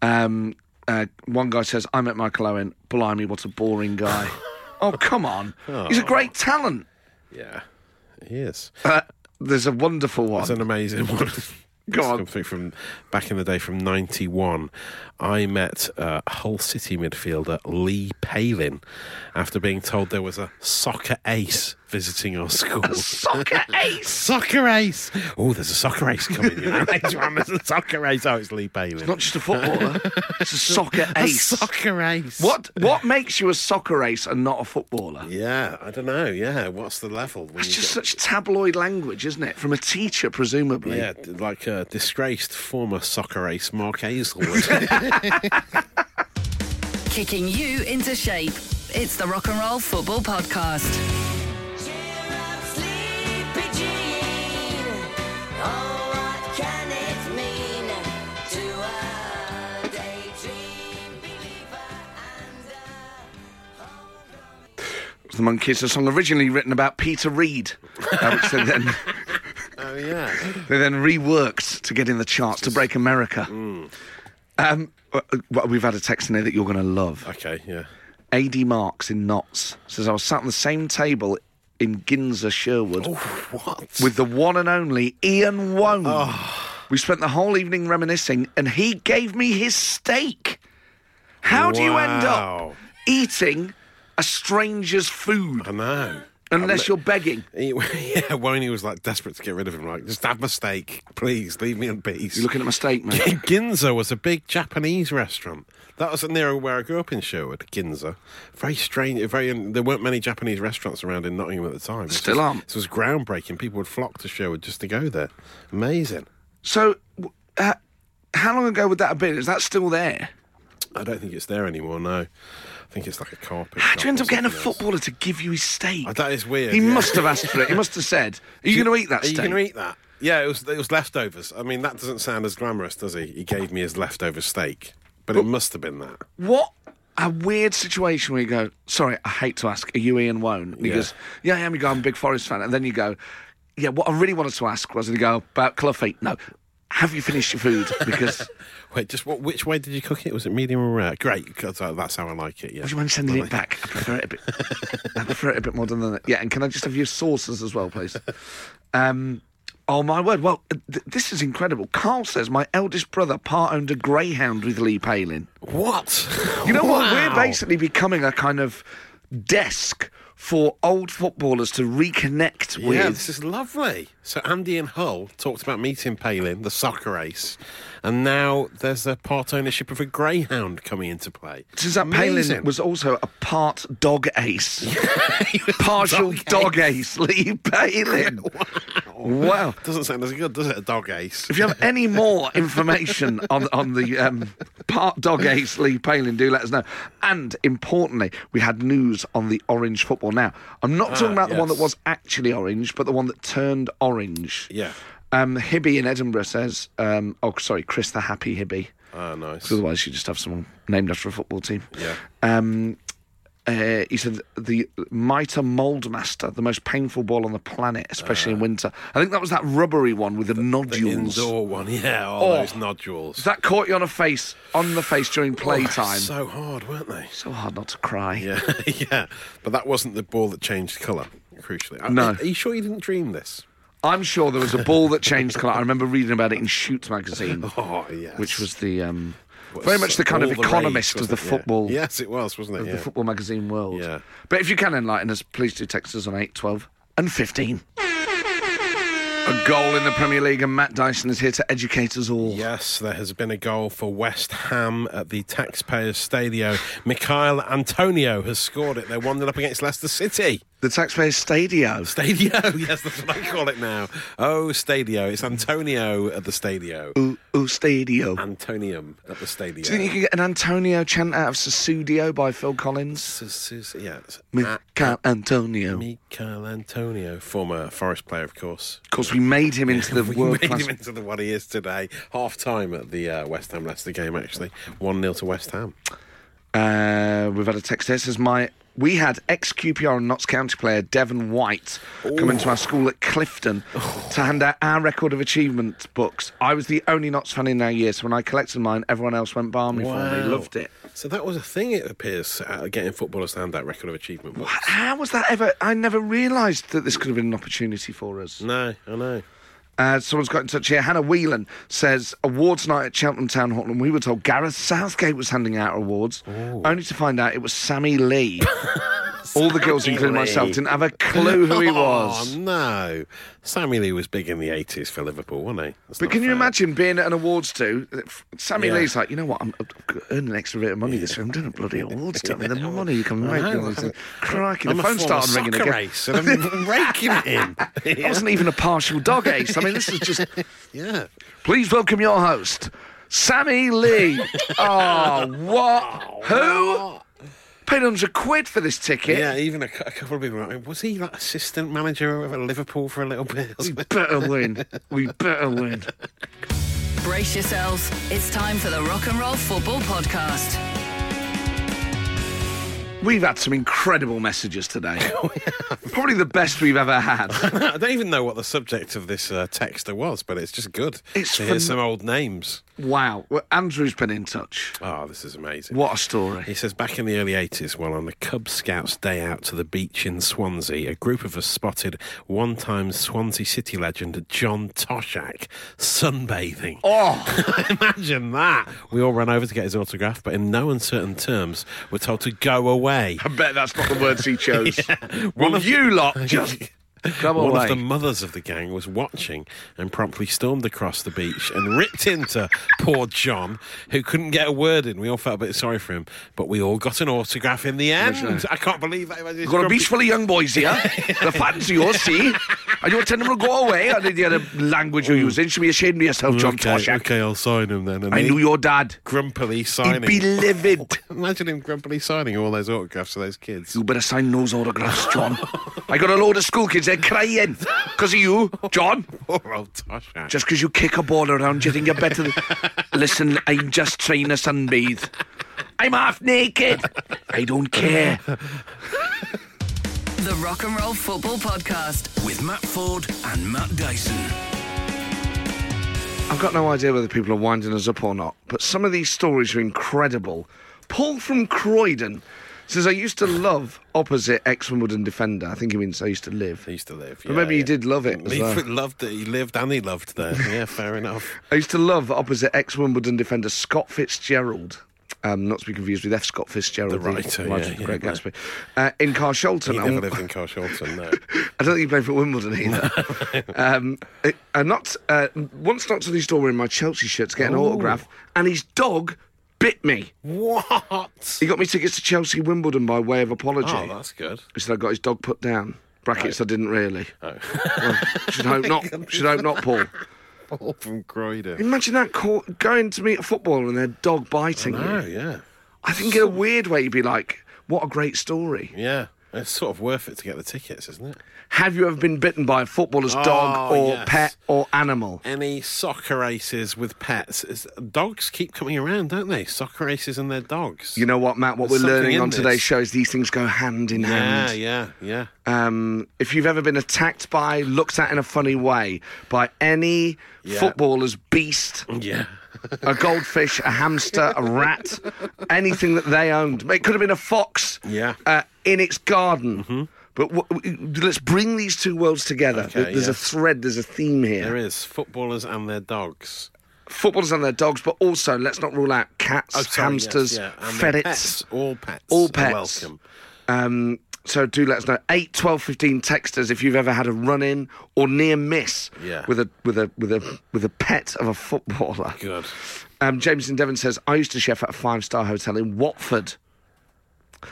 Um, uh, one guy says, "I met Michael Owen. Blimey, what a boring guy." oh come on, he's a great talent.
Yeah, he is.
Uh, there's a wonderful one.
That's an amazing one.
Go
It's
on.
come through from back in the day from '91. I met uh, Hull City midfielder Lee Palin after being told there was a soccer ace visiting our school.
Soccer ace.
soccer race. Oh, there's a soccer race coming. You know? there's a soccer race. Oh, it's Lee Bailey.
Not just a footballer. it's a soccer
a
ace.
soccer race.
What what makes you a soccer ace and not a footballer?
Yeah, I don't know. Yeah, what's the level? when
It's
you
just such tabloid language, isn't it? From a teacher, presumably.
Yeah, d- like uh, disgraced former soccer ace Mark Hazelwood.
Kicking you into shape. It's the Rock and Roll Football Podcast.
It was the Monkeys, a song originally written about Peter Reed, uh, which they then,
oh yeah,
they then reworked to get in the charts to break America.
Mm.
Um, uh, uh, we've had a text in here that you're going to love.
okay, yeah.
AD Marks in Knots says, I was sat on the same table in Ginza, Sherwood,
Oh, What?
with the one and only Ian Wone.
Oh.
We spent the whole evening reminiscing, and he gave me his steak. How do you end up
Wow.
eating a stranger's food
I know.
unless you're begging?
He, yeah, Wayne was like desperate to get rid of him. Like, just have my steak, please. Leave me in peace.
You're looking at my steak, mate.
Ginza was a big Japanese restaurant. That was near where I grew up in Sherwood, Ginza. Very strange. Very. um, There weren't many Japanese restaurants around in Nottingham at the time. This
Still
was-
aren't.
This was groundbreaking. People would flock to Sherwood just to go there. Amazing.
so, w- uh, how long ago would that have been? Is that still there?
I don't think it's there anymore. No, I think it's like a carpet.
How
shop
Ah, do you end
or
up getting a
something else.
footballer to give you his steak?
Oh, that is weird.
He
yeah.
must have asked for it. He must have said, Are you going to eat that
Are you
steak?
going to eat that? Yeah, it was it was leftovers. I mean, that doesn't sound as glamorous, does he? He gave me his leftover steak, but it must have been that.
What a weird situation where you go, sorry, I hate to ask, are you Ian Wone? And he
Yeah.
goes, yeah, I am. You go, I'm a big Forest fan. And then you go, yeah, what I really wanted to ask was, and you go, about Cluffy. No, have you finished your food? Because would
Wait, just what? Which way did you cook it? Was it medium or rare? Great, because uh, that's how I like it. Yeah.
you mind sending it back? I prefer it a bit. I prefer it a bit more than that. Yeah, and can I just have your sauces as well, please? Um, oh, my word. Well, th- this is incredible. Carl says, my eldest brother part owned a greyhound with Lee Palin.
What?
You know what? We're
Wow.
basically becoming a kind of desk for old footballers to reconnect
Yeah,
with.
this is lovely. So Andy and Hull talked about meeting Palin, the soccer ace, and now there's a part ownership of a greyhound coming into play.
Suzanne
Amazing.
Palin was also a part dog ace, partial dog, ace. Lee Palin. Wow.
Doesn't sound as good, does it? A dog ace.
If you have any more information on on the um, part dog ace Lee Palin, do let us know. And importantly, we had news on the orange football. Now, I'm not talking about the one that
Ah, yes.
was actually orange, but the one that turned orange.
Yeah.
Um, Hibby in Edinburgh says, um, oh, sorry, Chris the Happy Hibby.
Oh, nice.
Otherwise, you just have someone named after a football team.
Yeah.
Um, uh, he said the mitre mould master, the most painful ball on the planet, especially in winter. I think that was that rubbery one with the, nodules.
Ah. Indoor one, yeah. All
Oh.
those nodules.
That caught you on a face, on the face during playtime. so-,
Oh, So hard, weren't they?
hard not to cry.
Yeah, yeah. But that wasn't the ball that changed colour, crucially. Are-
No.
Are you sure you didn't dream this?
I'm sure there was a ball that changed colour. I remember reading about it in Shoot magazine,
Oh, yes.
which was the um,
What's-
very much the kind
all
of
rage,
economist of
wasn't
the
it? Yeah.
football.
Yes, it was, wasn't it?
of
Yeah.
the football magazine world.
Yeah.
But if you can enlighten us, please do text us on 8, 12, and 15. A goal in the Premier League, and Matt Dyson is here to educate us all.
Yes, there has been a goal for West Ham at the Taxpayers Stadio. Mikhail Antonio has scored it. They're 1 0 up against Leicester City.
The Taxpayers Stadio.
Stadio, yes, that's what I call it now. Oh, Stadio. It's Antonio at the Stadio.
Ooh, ooh, Oh, Stadio.
Antonium at the Stadio.
Do you think you can get an Antonio chant out of Susudio by Phil Collins?
S- s- yeah. it's-
Me can't Antonio. Of
Mikhail Antonio, former Forest player, of course.
course, we made him into the
We
world
made
class.
him into the what he is today. Half time at the uh, West Ham Leicester game, actually. 1 0 to West Ham.
Uh, we've had a text here. Says my we had ex QPR and Notts County player Devon White come into our school at Clifton
Oh.
to hand out our record of achievement books. I was the only Notts fan in our year, so when I collected mine, everyone else went barmy for me. Loved it.
So that was a thing, it appears, uh, getting footballers to hand that record of achievement. books.
How was that ever? I never realised that this could have been an opportunity for us.
No, I know.
Uh, someone's got in touch here. Hannah Whelan says awards night at Cheltenham Town Hall, and we were told Gareth Southgate was handing out awards, only to find out it was Sammy Lee. All the girls, including myself, didn't have a clue who he was.
Oh, no. Sammy Lee was big in the 80s for Liverpool, wasn't he? That's
But
not
can you
fair.
imagine being at an awards too? Sammy
Yeah.
Lee's like, you know what? I'm, I'm earning an extra bit of money this year. I'm doing a bloody awards too. I mean, the money you can
I
make.
know,
on this.
I'm-
Crikey,
I'm
the
a
phone
former
started ringing
soccer
again.
ace and I'm raking it in.
I wasn't even a partial dog ace. I mean, this is just.
Yeah.
Please welcome your host, Sammy Lee. oh, what? Who? Paid 100 quid for this ticket.
Yeah, even a, cou- a couple of people. I mean, was he like assistant manager of Liverpool for a little bit? or
We
something?
better win. We better win.
Brace yourselves. It's time for the Rock and Roll Football Podcast.
We've had some incredible messages today. Probably the best we've ever had.
I don't even know what the subject of this uh, texter was, but it's just good
It's
to hear
phen-
some old names.
Wow. Well, Andrew's been in touch.
Oh, this is amazing.
What a story.
He says back in the early 80s, while on the Cub Scouts day out to the beach in Swansea, a group of us spotted one time Swansea City legend John Toshak sunbathing.
Oh,
Imagine that. We all ran over to get his autograph, but in no uncertain terms, were told to go away.
I bet that's not the words he chose.
One
Well,
of-
you lot just come
One
away.
of the mothers of the gang was watching and promptly stormed across the beach and ripped into poor John, who couldn't get a word in. We all felt a bit sorry for him, but we all got an autograph in the end. I can't believe that. Imagine
Got a
grumpy-
beach full of young boys here. the fans are yours, see? And you're telling them to go away. And the other language you're using. Should be ashamed of yourself, John
Mm. okay,
Toshak.
okay, I'll sign him then. And
I
he
knew your dad.
grumpily
He'd
signing.
be livid.
Imagine him grumpily signing all those autographs to those kids.
You better sign those autographs, John. I got a load of school kids, they're crying. Because of you, John.
Poor old Toshak.
Just because you kick a ball around, you think you're better. than- Listen, I'm just trying to sunbathe. I'm half naked. I don't care.
The Rock and Roll Football Podcast.
With Matt Ford and Matt Dyson.
I've got no idea whether people are winding us up or not, but some of these stories are incredible. Paul from Croydon says, I used to love opposite ex Wimbledon defender. I think he means I used to live.
He used to live.
But
yeah,
maybe he
yeah.
did love it as
He
well.
loved it. He lived and he loved there. Yeah, fair enough.
I used to love opposite ex Wimbledon defender Scott Fitzgerald. Um, not to be confused with F. Scott Fitzgerald,
The writer,
writer
yeah,
of Great
yeah,
Gatsby, uh, in Carshalton.
He
I-
never lived in Carshalton, no.
I don't think he played for Wimbledon either. um, I- I not uh, once knocked on his door in my Chelsea shirt to get an autograph, and his dog bit me.
What?
He got me tickets to Chelsea Wimbledon by way of apology.
Oh, that's Oh. good.
He said I got his dog put down. Brackets, I didn't really. Well, should hope not. Should hope not, Paul.
Paul from Croydon.
Imagine that call, going to meet a footballer and their dog biting
Oh,
you.
yeah.
I think in a weird way you'd be like, "What a great story."
Yeah. It's sort of worth it to get the tickets, isn't it?
Have you ever been bitten by a footballer's dog
Oh,
or
yes.
pet or animal?
Any soccer races with pets? Is- Dogs keep coming around, don't they? Soccer races and their dogs.
You know what, Matt? What
There's
we're
something
learning
in
on today's
this.
show is these things go hand in
yeah,
hand.
yeah, yeah.
Um, if you've ever been attacked by, looked at in a funny way by any
Yeah.
footballer's beast,
yeah.
a goldfish, a hamster, a rat, anything that they owned, it could have been a fox
Yeah. Mm-hmm.
uh, in its garden. But w- w- let's bring these two worlds together.
Okay,
There- there's
yeah.
a thread, there's a theme here.
There is footballers and their dogs.
Footballers and their dogs, but also let's not rule out cats,
Oh, sorry, yes,
hamsters,
yeah, and their
ferrets.
pets, all pets.
All
are
pets.
welcome.
Um, so do let us know. 8, 12, 15 text us if you've ever had a run in or near miss
Yeah.
with a with a with a with a pet of a footballer.
Good.
Um, James in Devon says, I used to chef at a five star hotel in Watford.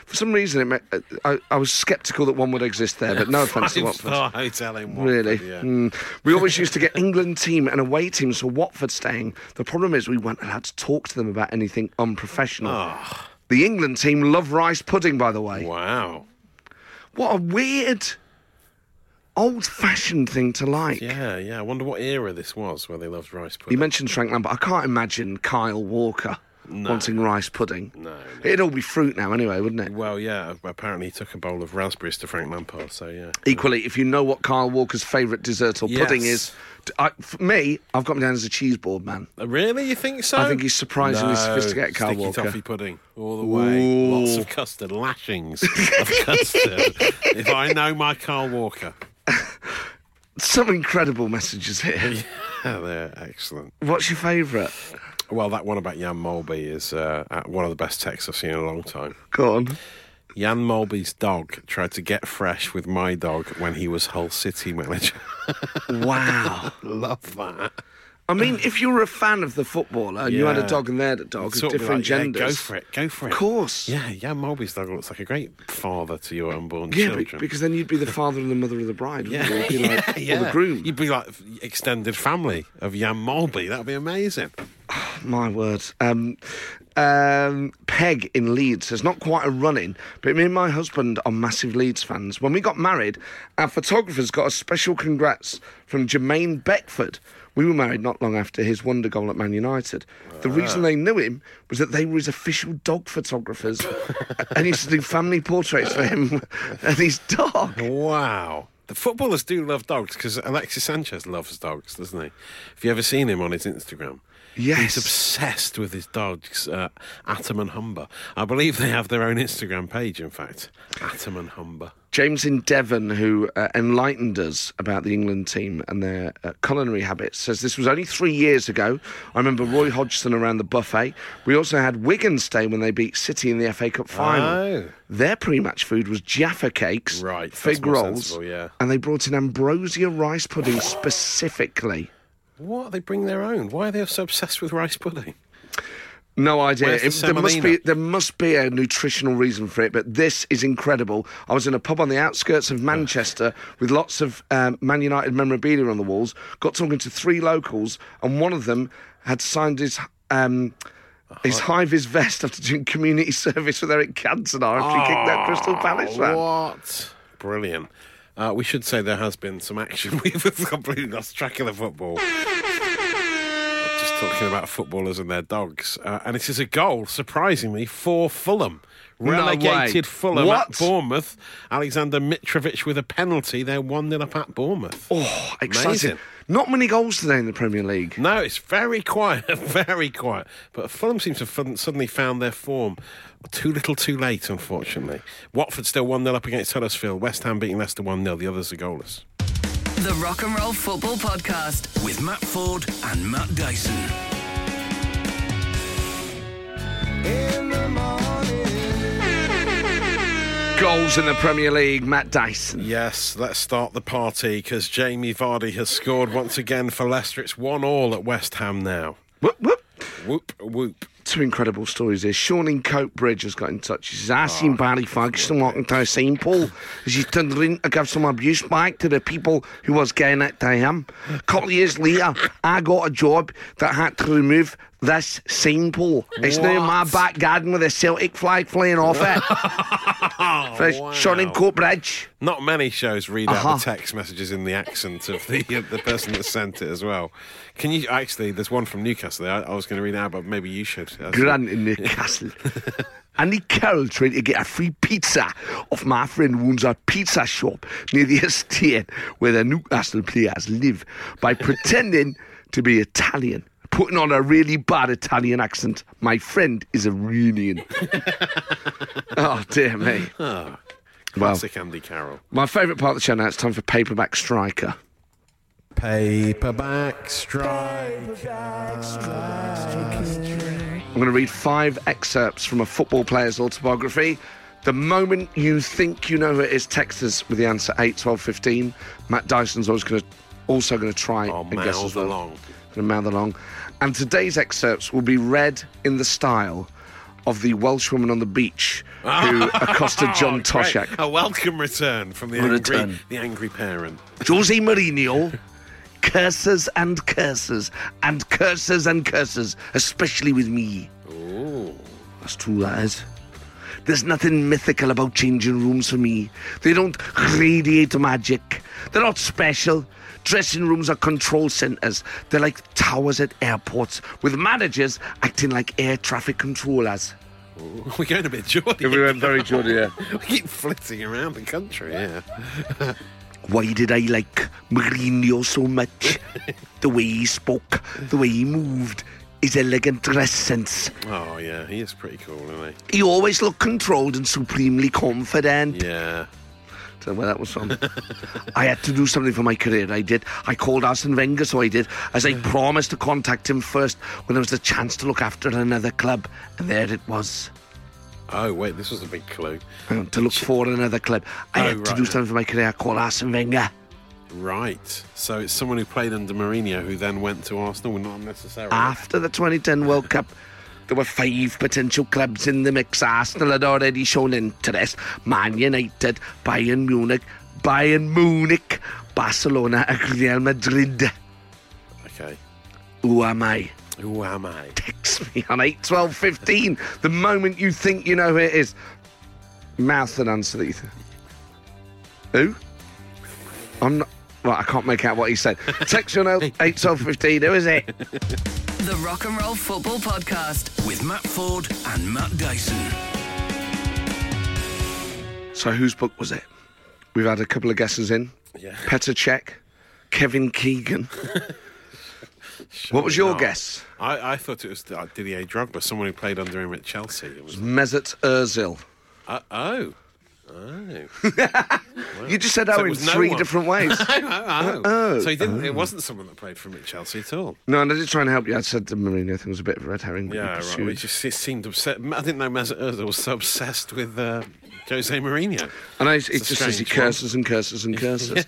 For some reason, it ma- I, I was sceptical that one would exist there, but no offence to
Five
Watford.
star hotel in Watford,
Really?
yeah.
Mm. We always used to get England team and away team, so Watford staying. The problem is we weren't allowed to talk to them about anything unprofessional. The England team love rice pudding, by the way.
Ah. Wow.
What a weird, old fashioned thing to like.
Yeah, yeah. I wonder what era this was where they loved rice
You
pudding.
mentioned Frank Lambert. I can't imagine Kyle Walker wanting rice pudding.
No, no.
It'd all be fruit now, anyway, wouldn't it?
Well, yeah. Apparently, he took a bowl of raspberries to Frank Lampard. So yeah.
Equally, if you know what Kyle Walker's favourite dessert or pudding
Yes.
is, d- I, for me, I've got him down as a cheese board man.
Uh, Really, you think so?
I think he's surprisingly
No,
sophisticated, Carl
sticky
Walker.
toffee pudding all the way. Lots of custard, lashings of custard. if I know my Carl Walker,
Some incredible messages here.
yeah, Ah, they're excellent.
What's your favourite?
Well, that one about Jan Mulby is uh, uh, one of the best texts I've seen in a long time.
Go on.
Jan Mulby's dog tried to get fresh with my dog when he was Hull City manager.
Wow.
Love that.
I mean, if you were a fan of the footballer and you had a
Yeah.
dog and they had a dog of
Sort of be
different
like, yeah,
genders.
go for it. Go for it.
Of course.
Yeah, Jan Mulby's dog looks like a great father to your unborn
Yeah, be-
children.
because then you'd be the father and the mother of the bride, wouldn't you? You'd be like, Or the groom.
You'd be like extended family of Jan Mulby. That'd be amazing.
My word. Um, um, Peg in Leeds says, not quite a run in, but me and my husband are massive Leeds fans. When we got married, our photographer's got a special congrats from Jermaine Beckford. We were married not long after his wonder goal at Man United. The reason they knew him was that they were his official dog photographers and used to do family portraits for him and his dog.
Wow. The footballers do love dogs because Alexis Sanchez loves dogs, doesn't he? Have you ever seen him on his Instagram?
Yes.
He's obsessed with his dogs, uh, Atom and Humber. I believe they have their own Instagram page, in fact. Atom and Humber.
James in Devon, who uh, enlightened us about the England team and their uh, culinary habits, says this was only three years ago. I remember Roy Hodgson around the buffet. We also had Wigan stay when they beat City in the FA Cup final.
Oh.
Their pre-match food was Jaffa cakes,
Right, that's
fig
more
rolls,
sensible, yeah.
and they brought in ambrosia rice pudding specifically.
What? They bring their own. Why are they so obsessed with rice pudding?
No idea.
Where's the
there must be
semolina?
there must be a nutritional reason for it, but this is incredible. I was in a pub on the outskirts of Manchester with lots of um, Man United memorabilia on the walls. Got talking to three locals, and one of them had signed his. Um, his high vis vest after doing community service with Eric Cantona after he kicked that Crystal Palace fan.
Ah, Oh, What? Brilliant. Uh, we should say there has been some action. We've completely lost track of the football. Just talking about footballers and their dogs. Uh, and this is a goal, surprisingly, for Fulham.
way.
Relegated Fulham
What?
at Bournemouth. Alexander Mitrovic with a penalty. They're 1 0 up at Bournemouth.
Oh, exciting.
Amazing.
Not many goals today in the Premier League.
No, it's very quiet, very quiet. But Fulham seems to have suddenly found their form too little too late, unfortunately. Watford still 1 0 up against Huddersfield. West Ham beating Leicester 1 0. The others are goalless.
The Rock and Roll Football Podcast.
With Matt Ford and Matt Dyson.
Goals in the Premier League, Matt Dyson.
Yes, let's start the party because Jamie Vardy has scored once again for Leicester. It's 1 all at West Ham now.
Whoop, whoop.
Whoop, whoop.
two incredible stories here. Sean in Coatbridge has got in touch. He says, I
Ah,
seen Barry Ferguson walking to a Paul as he turned around to give some abuse back to the people who was getting it to him. A couple of years later, I got a job that had to remove this signpost. It's now in my
What?
back garden with a Celtic flag flying off it. For Sean in
Oh, wow.
Coatbridge.
Not many shows read
Uh-huh.
out the text messages in the accent of the the person that sent it as well. Can you actually? There's one from Newcastle. there. I, I was going to read it out, but maybe you should. As-
Gran in Newcastle. Andy Carroll trying to get a free pizza off my friend Woundsar Pizza Shop near the estate where the Newcastle players live by pretending to be Italian, putting on a really bad Italian accent. My friend is Iranian. oh, dear me. well,
Classic Andy Carroll.
my favourite part of the show now, it's time for Paperback Striker.
Paperback strike.
I'm going to read five excerpts from a football player's autobiography. The moment you think you know who it is, text us with the answer 8, 12, 15. Matt Dyson's always going to, also going to try
I'll
and guess as
Oh, mouth
well.
along.
Going to mouth along. And today's excerpts will be read in the style of the Welshwoman on the beach who accosted
Oh,
John
great.
Toshak.
A welcome return from the
What a
angry,
turn.
the angry parent.
Jose Mourinho curses and curses and curses and curses, especially with me. Oh. That's true, that is. There's nothing mythical about changing rooms for me. They don't radiate magic. They're not special. Dressing rooms are control centres. They're like towers at airports, with managers acting like air traffic controllers.
We're going a bit Geordie.
We went very Geordie, yeah.
we keep flitting around the country. Yeah.
Why did I like Mourinho so much? the way he spoke, the way he moved, his elegant dress sense.
Oh yeah, he is pretty cool, isn't
He always looked controlled and supremely confident.
he? Yeah.
Don't know where that was from. I had to do something for my career. I did. I called Arsene Wenger, so I did, as I promised to contact him first when there was the chance to look after another club, and there it was.
Oh, wait, this was a big clue.
to look for another club. I
Oh,
had to
right.
do something for my career called Arsene Wenger.
Right. So it's someone who played under Mourinho who then went to Arsenal, not necessarily.
After the 2010 World Cup, there were five potential clubs in the mix. Arsenal had already shown interest. Man United, Bayern Munich, Bayern Munich, Barcelona, and Real Madrid.
Okay.
Who am I?
Who am I?
Text me on 81215 the moment you think you know who it is. Mouth and answer that you think. Who? I'm not. Right, I can't make out what he said. Text me on 81215. Who is it?
The Rock and Roll Football Podcast.
With Matt Ford and Matt Dyson.
So whose book was it? We've had a couple of guesses in.
Yeah.
Petr Cech, Kevin Keegan. what was your
Surely not.
guess?
I, I thought it was uh, Didier Drogba, someone who played under him at Chelsea. It was,
Mesut Ozil.
uh, oh. Oh.
You just said
So
oh
it
in
was no
three
one.
different ways.
oh, So he didn't. It wasn't someone that played for him at Chelsea at all.
no, and I did try and help you. I said the Mourinho thing was a bit of a red herring. But you
Yeah, right.
pursued.
It just it seemed upset. I didn't know Mesut Ozil was so obsessed with uh, Jose Mourinho.
I know it's, it's
It's a
just as he
strange one.
curses and curses and curses.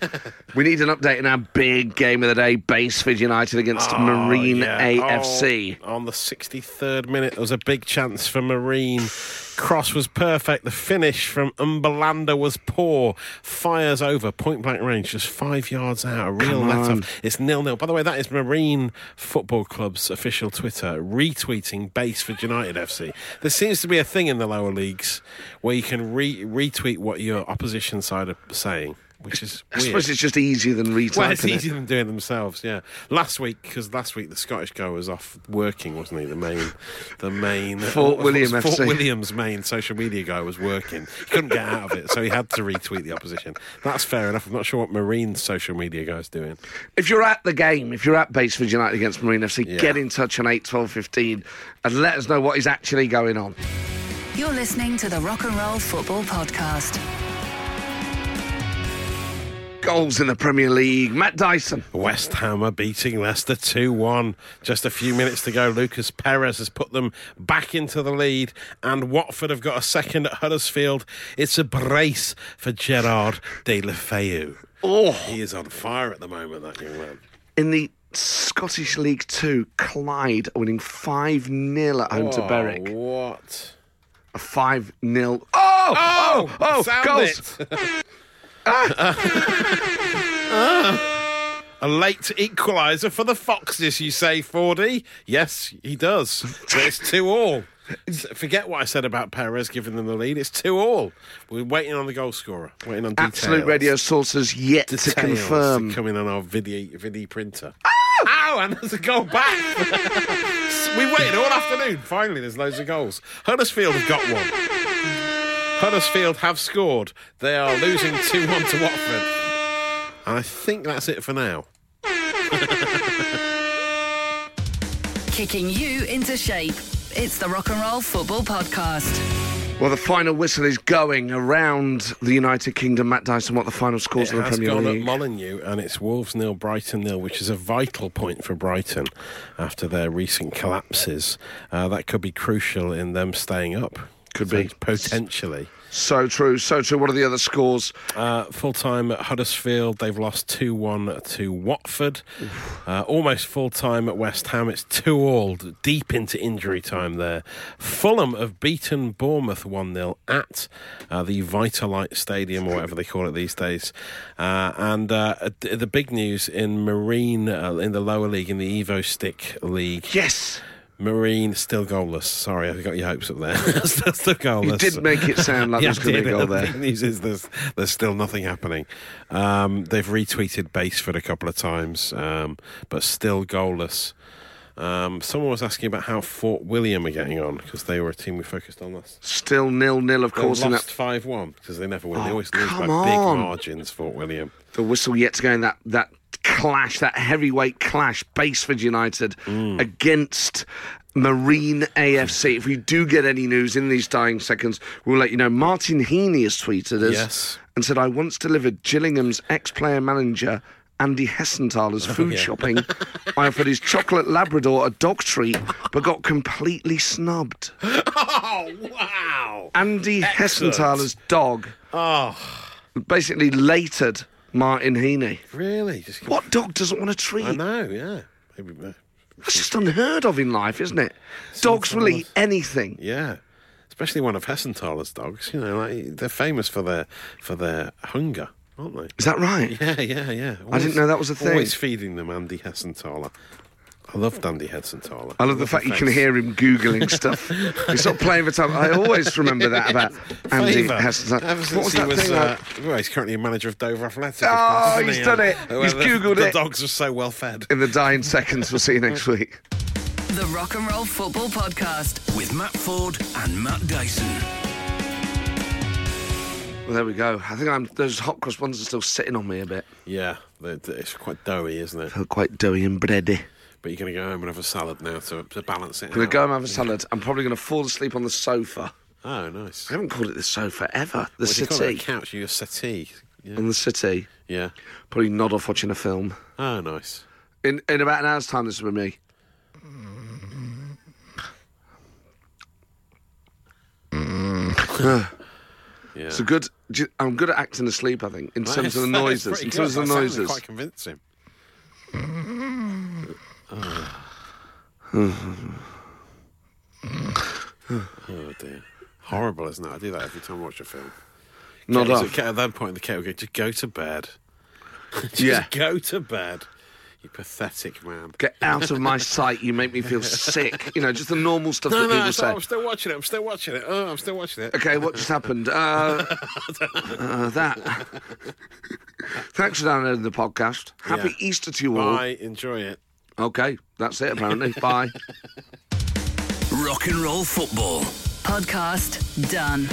We need an update in our big game of the day, Baseford United against
Oh,
Marine
yeah.
AFC.
Oh, on the 63rd minute, there was a big chance for Marine. Cross was perfect. The finish from Umberlander was poor. Fires over point blank range, just five yards out. A real
Come
let
on.
off. It's nil nil. By the way, that is Marine Football Club's official Twitter retweeting base for United FC. There seems to be a thing in the lower leagues where you can re- retweet what your opposition side are saying, which is
I
weird.
suppose it's just easier than retyping
Well, it's
it.
easier than doing it themselves. Yeah, last week because last week the Scottish guy was off working, wasn't he? The main, the main
Fort William
Fort
FC.
William's main social media guy was working. He couldn't get out of it, so he had to retweet the opposition. That's fair enough. I'm not sure what Marine's social media guy's doing.
If you're at the game, if you're at Baseford United against Marine FC,
Yeah.
get in touch on 8 12 15 and let us know what is actually going on.
You're listening to the Rock and Roll Football Podcast.
Goals in the Premier League. Matt Dyson.
West Ham are beating Leicester 2 1. Just a few minutes to go. Lucas Perez has put them back into the lead, and Watford have got a second at Huddersfield. It's a brace for Gerard De La Feu.
Oh.
He is on fire at the moment, that young man.
In the Scottish League 2, Clyde are winning 5 0 at home to Berwick.
Oh, What?
5 0. Oh! Oh! Oh!
Sound
goals!
it. A late equaliser for the Foxes, you say, 4D? Yes, he does. But it's 2 all. S- Forget what I said about Perez giving them the lead. It's 2 all. We're waiting on the goal scorer. Waiting on details.
Absolute radio sources yet to
Details
confirm. Ah!
to come in on our video, video printer. Ow! And there's a goal back. we waited all afternoon. Finally, there's loads of goals. Huddersfield have got one. Huddersfield have scored. They are losing 2 1 to Watford. And I think that's it for now.
Kicking you into shape. It's the Rock and Roll Football Podcast.
Well, the final whistle is going around the United Kingdom. Matt Dyson, what the final scores
It
in the
has
Premier
gone
League?
at Molineux, and it's Wolves nil, Brighton nil, which is a vital point for Brighton after their recent collapses. Uh, that could be crucial in them staying up.
Could
So
be.
potentially.
So true, so true. What are the other scores?
Uh, Full time at Huddersfield, they've lost 2 1 to Watford. Uh, almost full time at West Ham, it's 2 all, deep into injury time there. Fulham have beaten Bournemouth 1 0 at uh, the Vitalite Stadium, or whatever they call it these days. Uh, and uh, d- the big news in Marine, uh, in the lower league, in the Evo Stick League,
Yes!
Marine still goalless. Sorry, I got your hopes up there. still, still goalless.
You did make it sound like
Yeah,
there's going to be a
I
goal
did. The
there.
big news is there's, there's still nothing happening. Um, they've retweeted Baseford a couple of times, um, but still goalless. Um, someone was asking about how Fort William are getting on because they were a team we focused on last.
Still nil nil, of
They
course. And
lost
that,
five one because they never win. they
Oh,
always lose by
come
big
on.
margins. Fort William.
the whistle yet to go in that that clash, that heavyweight clash, Baseford United
Mm.
against Marine AFC. If we do get any news in these dying seconds, we'll let you know. Martin Heaney has tweeted us
Yes.
and said, "I once delivered Gillingham's ex-player manager." Andy Hessenthal as food
Oh, yeah.
shopping. I offered his chocolate Labrador a dog treat, but got completely snubbed.
Oh wow! Wow.
Andy
Excellent.
Hessenthaler's dog
Oh,
basically latered Martin Heaney.
really? Just
What dog doesn't want to
I
treat?
know. Yeah. Maybe, uh,
That's just unheard of in life, isn't it? Dogs will eat anything.
yeah. Especially one of Hessenthaler's dogs. You know, like they're famous for their for their hunger, aren't they?
Is that right?
Yeah, yeah, yeah. Always,
didn't know that was a thing.
Always feeding them Andy Hessenthaler. I loved Andy Hessenthaler.
I love the fact you can hear him googling stuff. He's not playing for time. I always remember that about Andy
Favour.
Hessenthaler.
Ever since
What was
he
that
was,
thing?
uh,
like?
well, he's currently a manager of Dover Athletics. of
Oh,
course, isn't
he's
he?
done it.
well,
He's
the-
googled
the
it.
dogs are so well fed.
In the dying seconds, we'll see you next week.
The Rock and Roll Football Podcast.
With Matt Ford and Matt Dyson.
Well, there we go. I think I'm, those hot cross buns are still sitting on me a bit.
Yeah, the- the- it's quite doughy, isn't it?
Feel quite doughy and bready.
But you're going to go home and have a salad now to, to balance it
I'm going
out.
to go and have a salad. I'm probably going to fall asleep on the sofa.
Oh, nice.
I haven't called it the sofa ever. The
What do you call it? A
city.
couch, your settee. Yeah.
On the city.
yeah.
Probably nod off watching a film.
Oh, nice.
In, in about an hour's time, this will be me.
Mm. Yeah.
So good. do you- I'm good at acting asleep, I think, in
That
terms
is-
of the
that is
noises.
pretty
In
good.
terms of
That
the
sounded
noises.
quite convincing. oh dear, horrible, isn't it? I do that every time I watch a film.
Nod
Kettle's-
off.
At that point, the kettle goes, "Just go to bed. Just
Yeah.
go to bed. You pathetic man."
Get out of my sight. You make me feel sick. You know, just the normal stuff
No,
that
no,
people
I'm
say.
still, I'm still watching it. I'm still watching it. Oh, I'm still watching it.
Okay, what just happened? Uh, uh, that. Thanks for downloading the podcast. Happy
Yeah.
Easter to you all.
Bye. Enjoy it.
Okay, that's it apparently. Bye.
Rock and roll football.
Podcast done.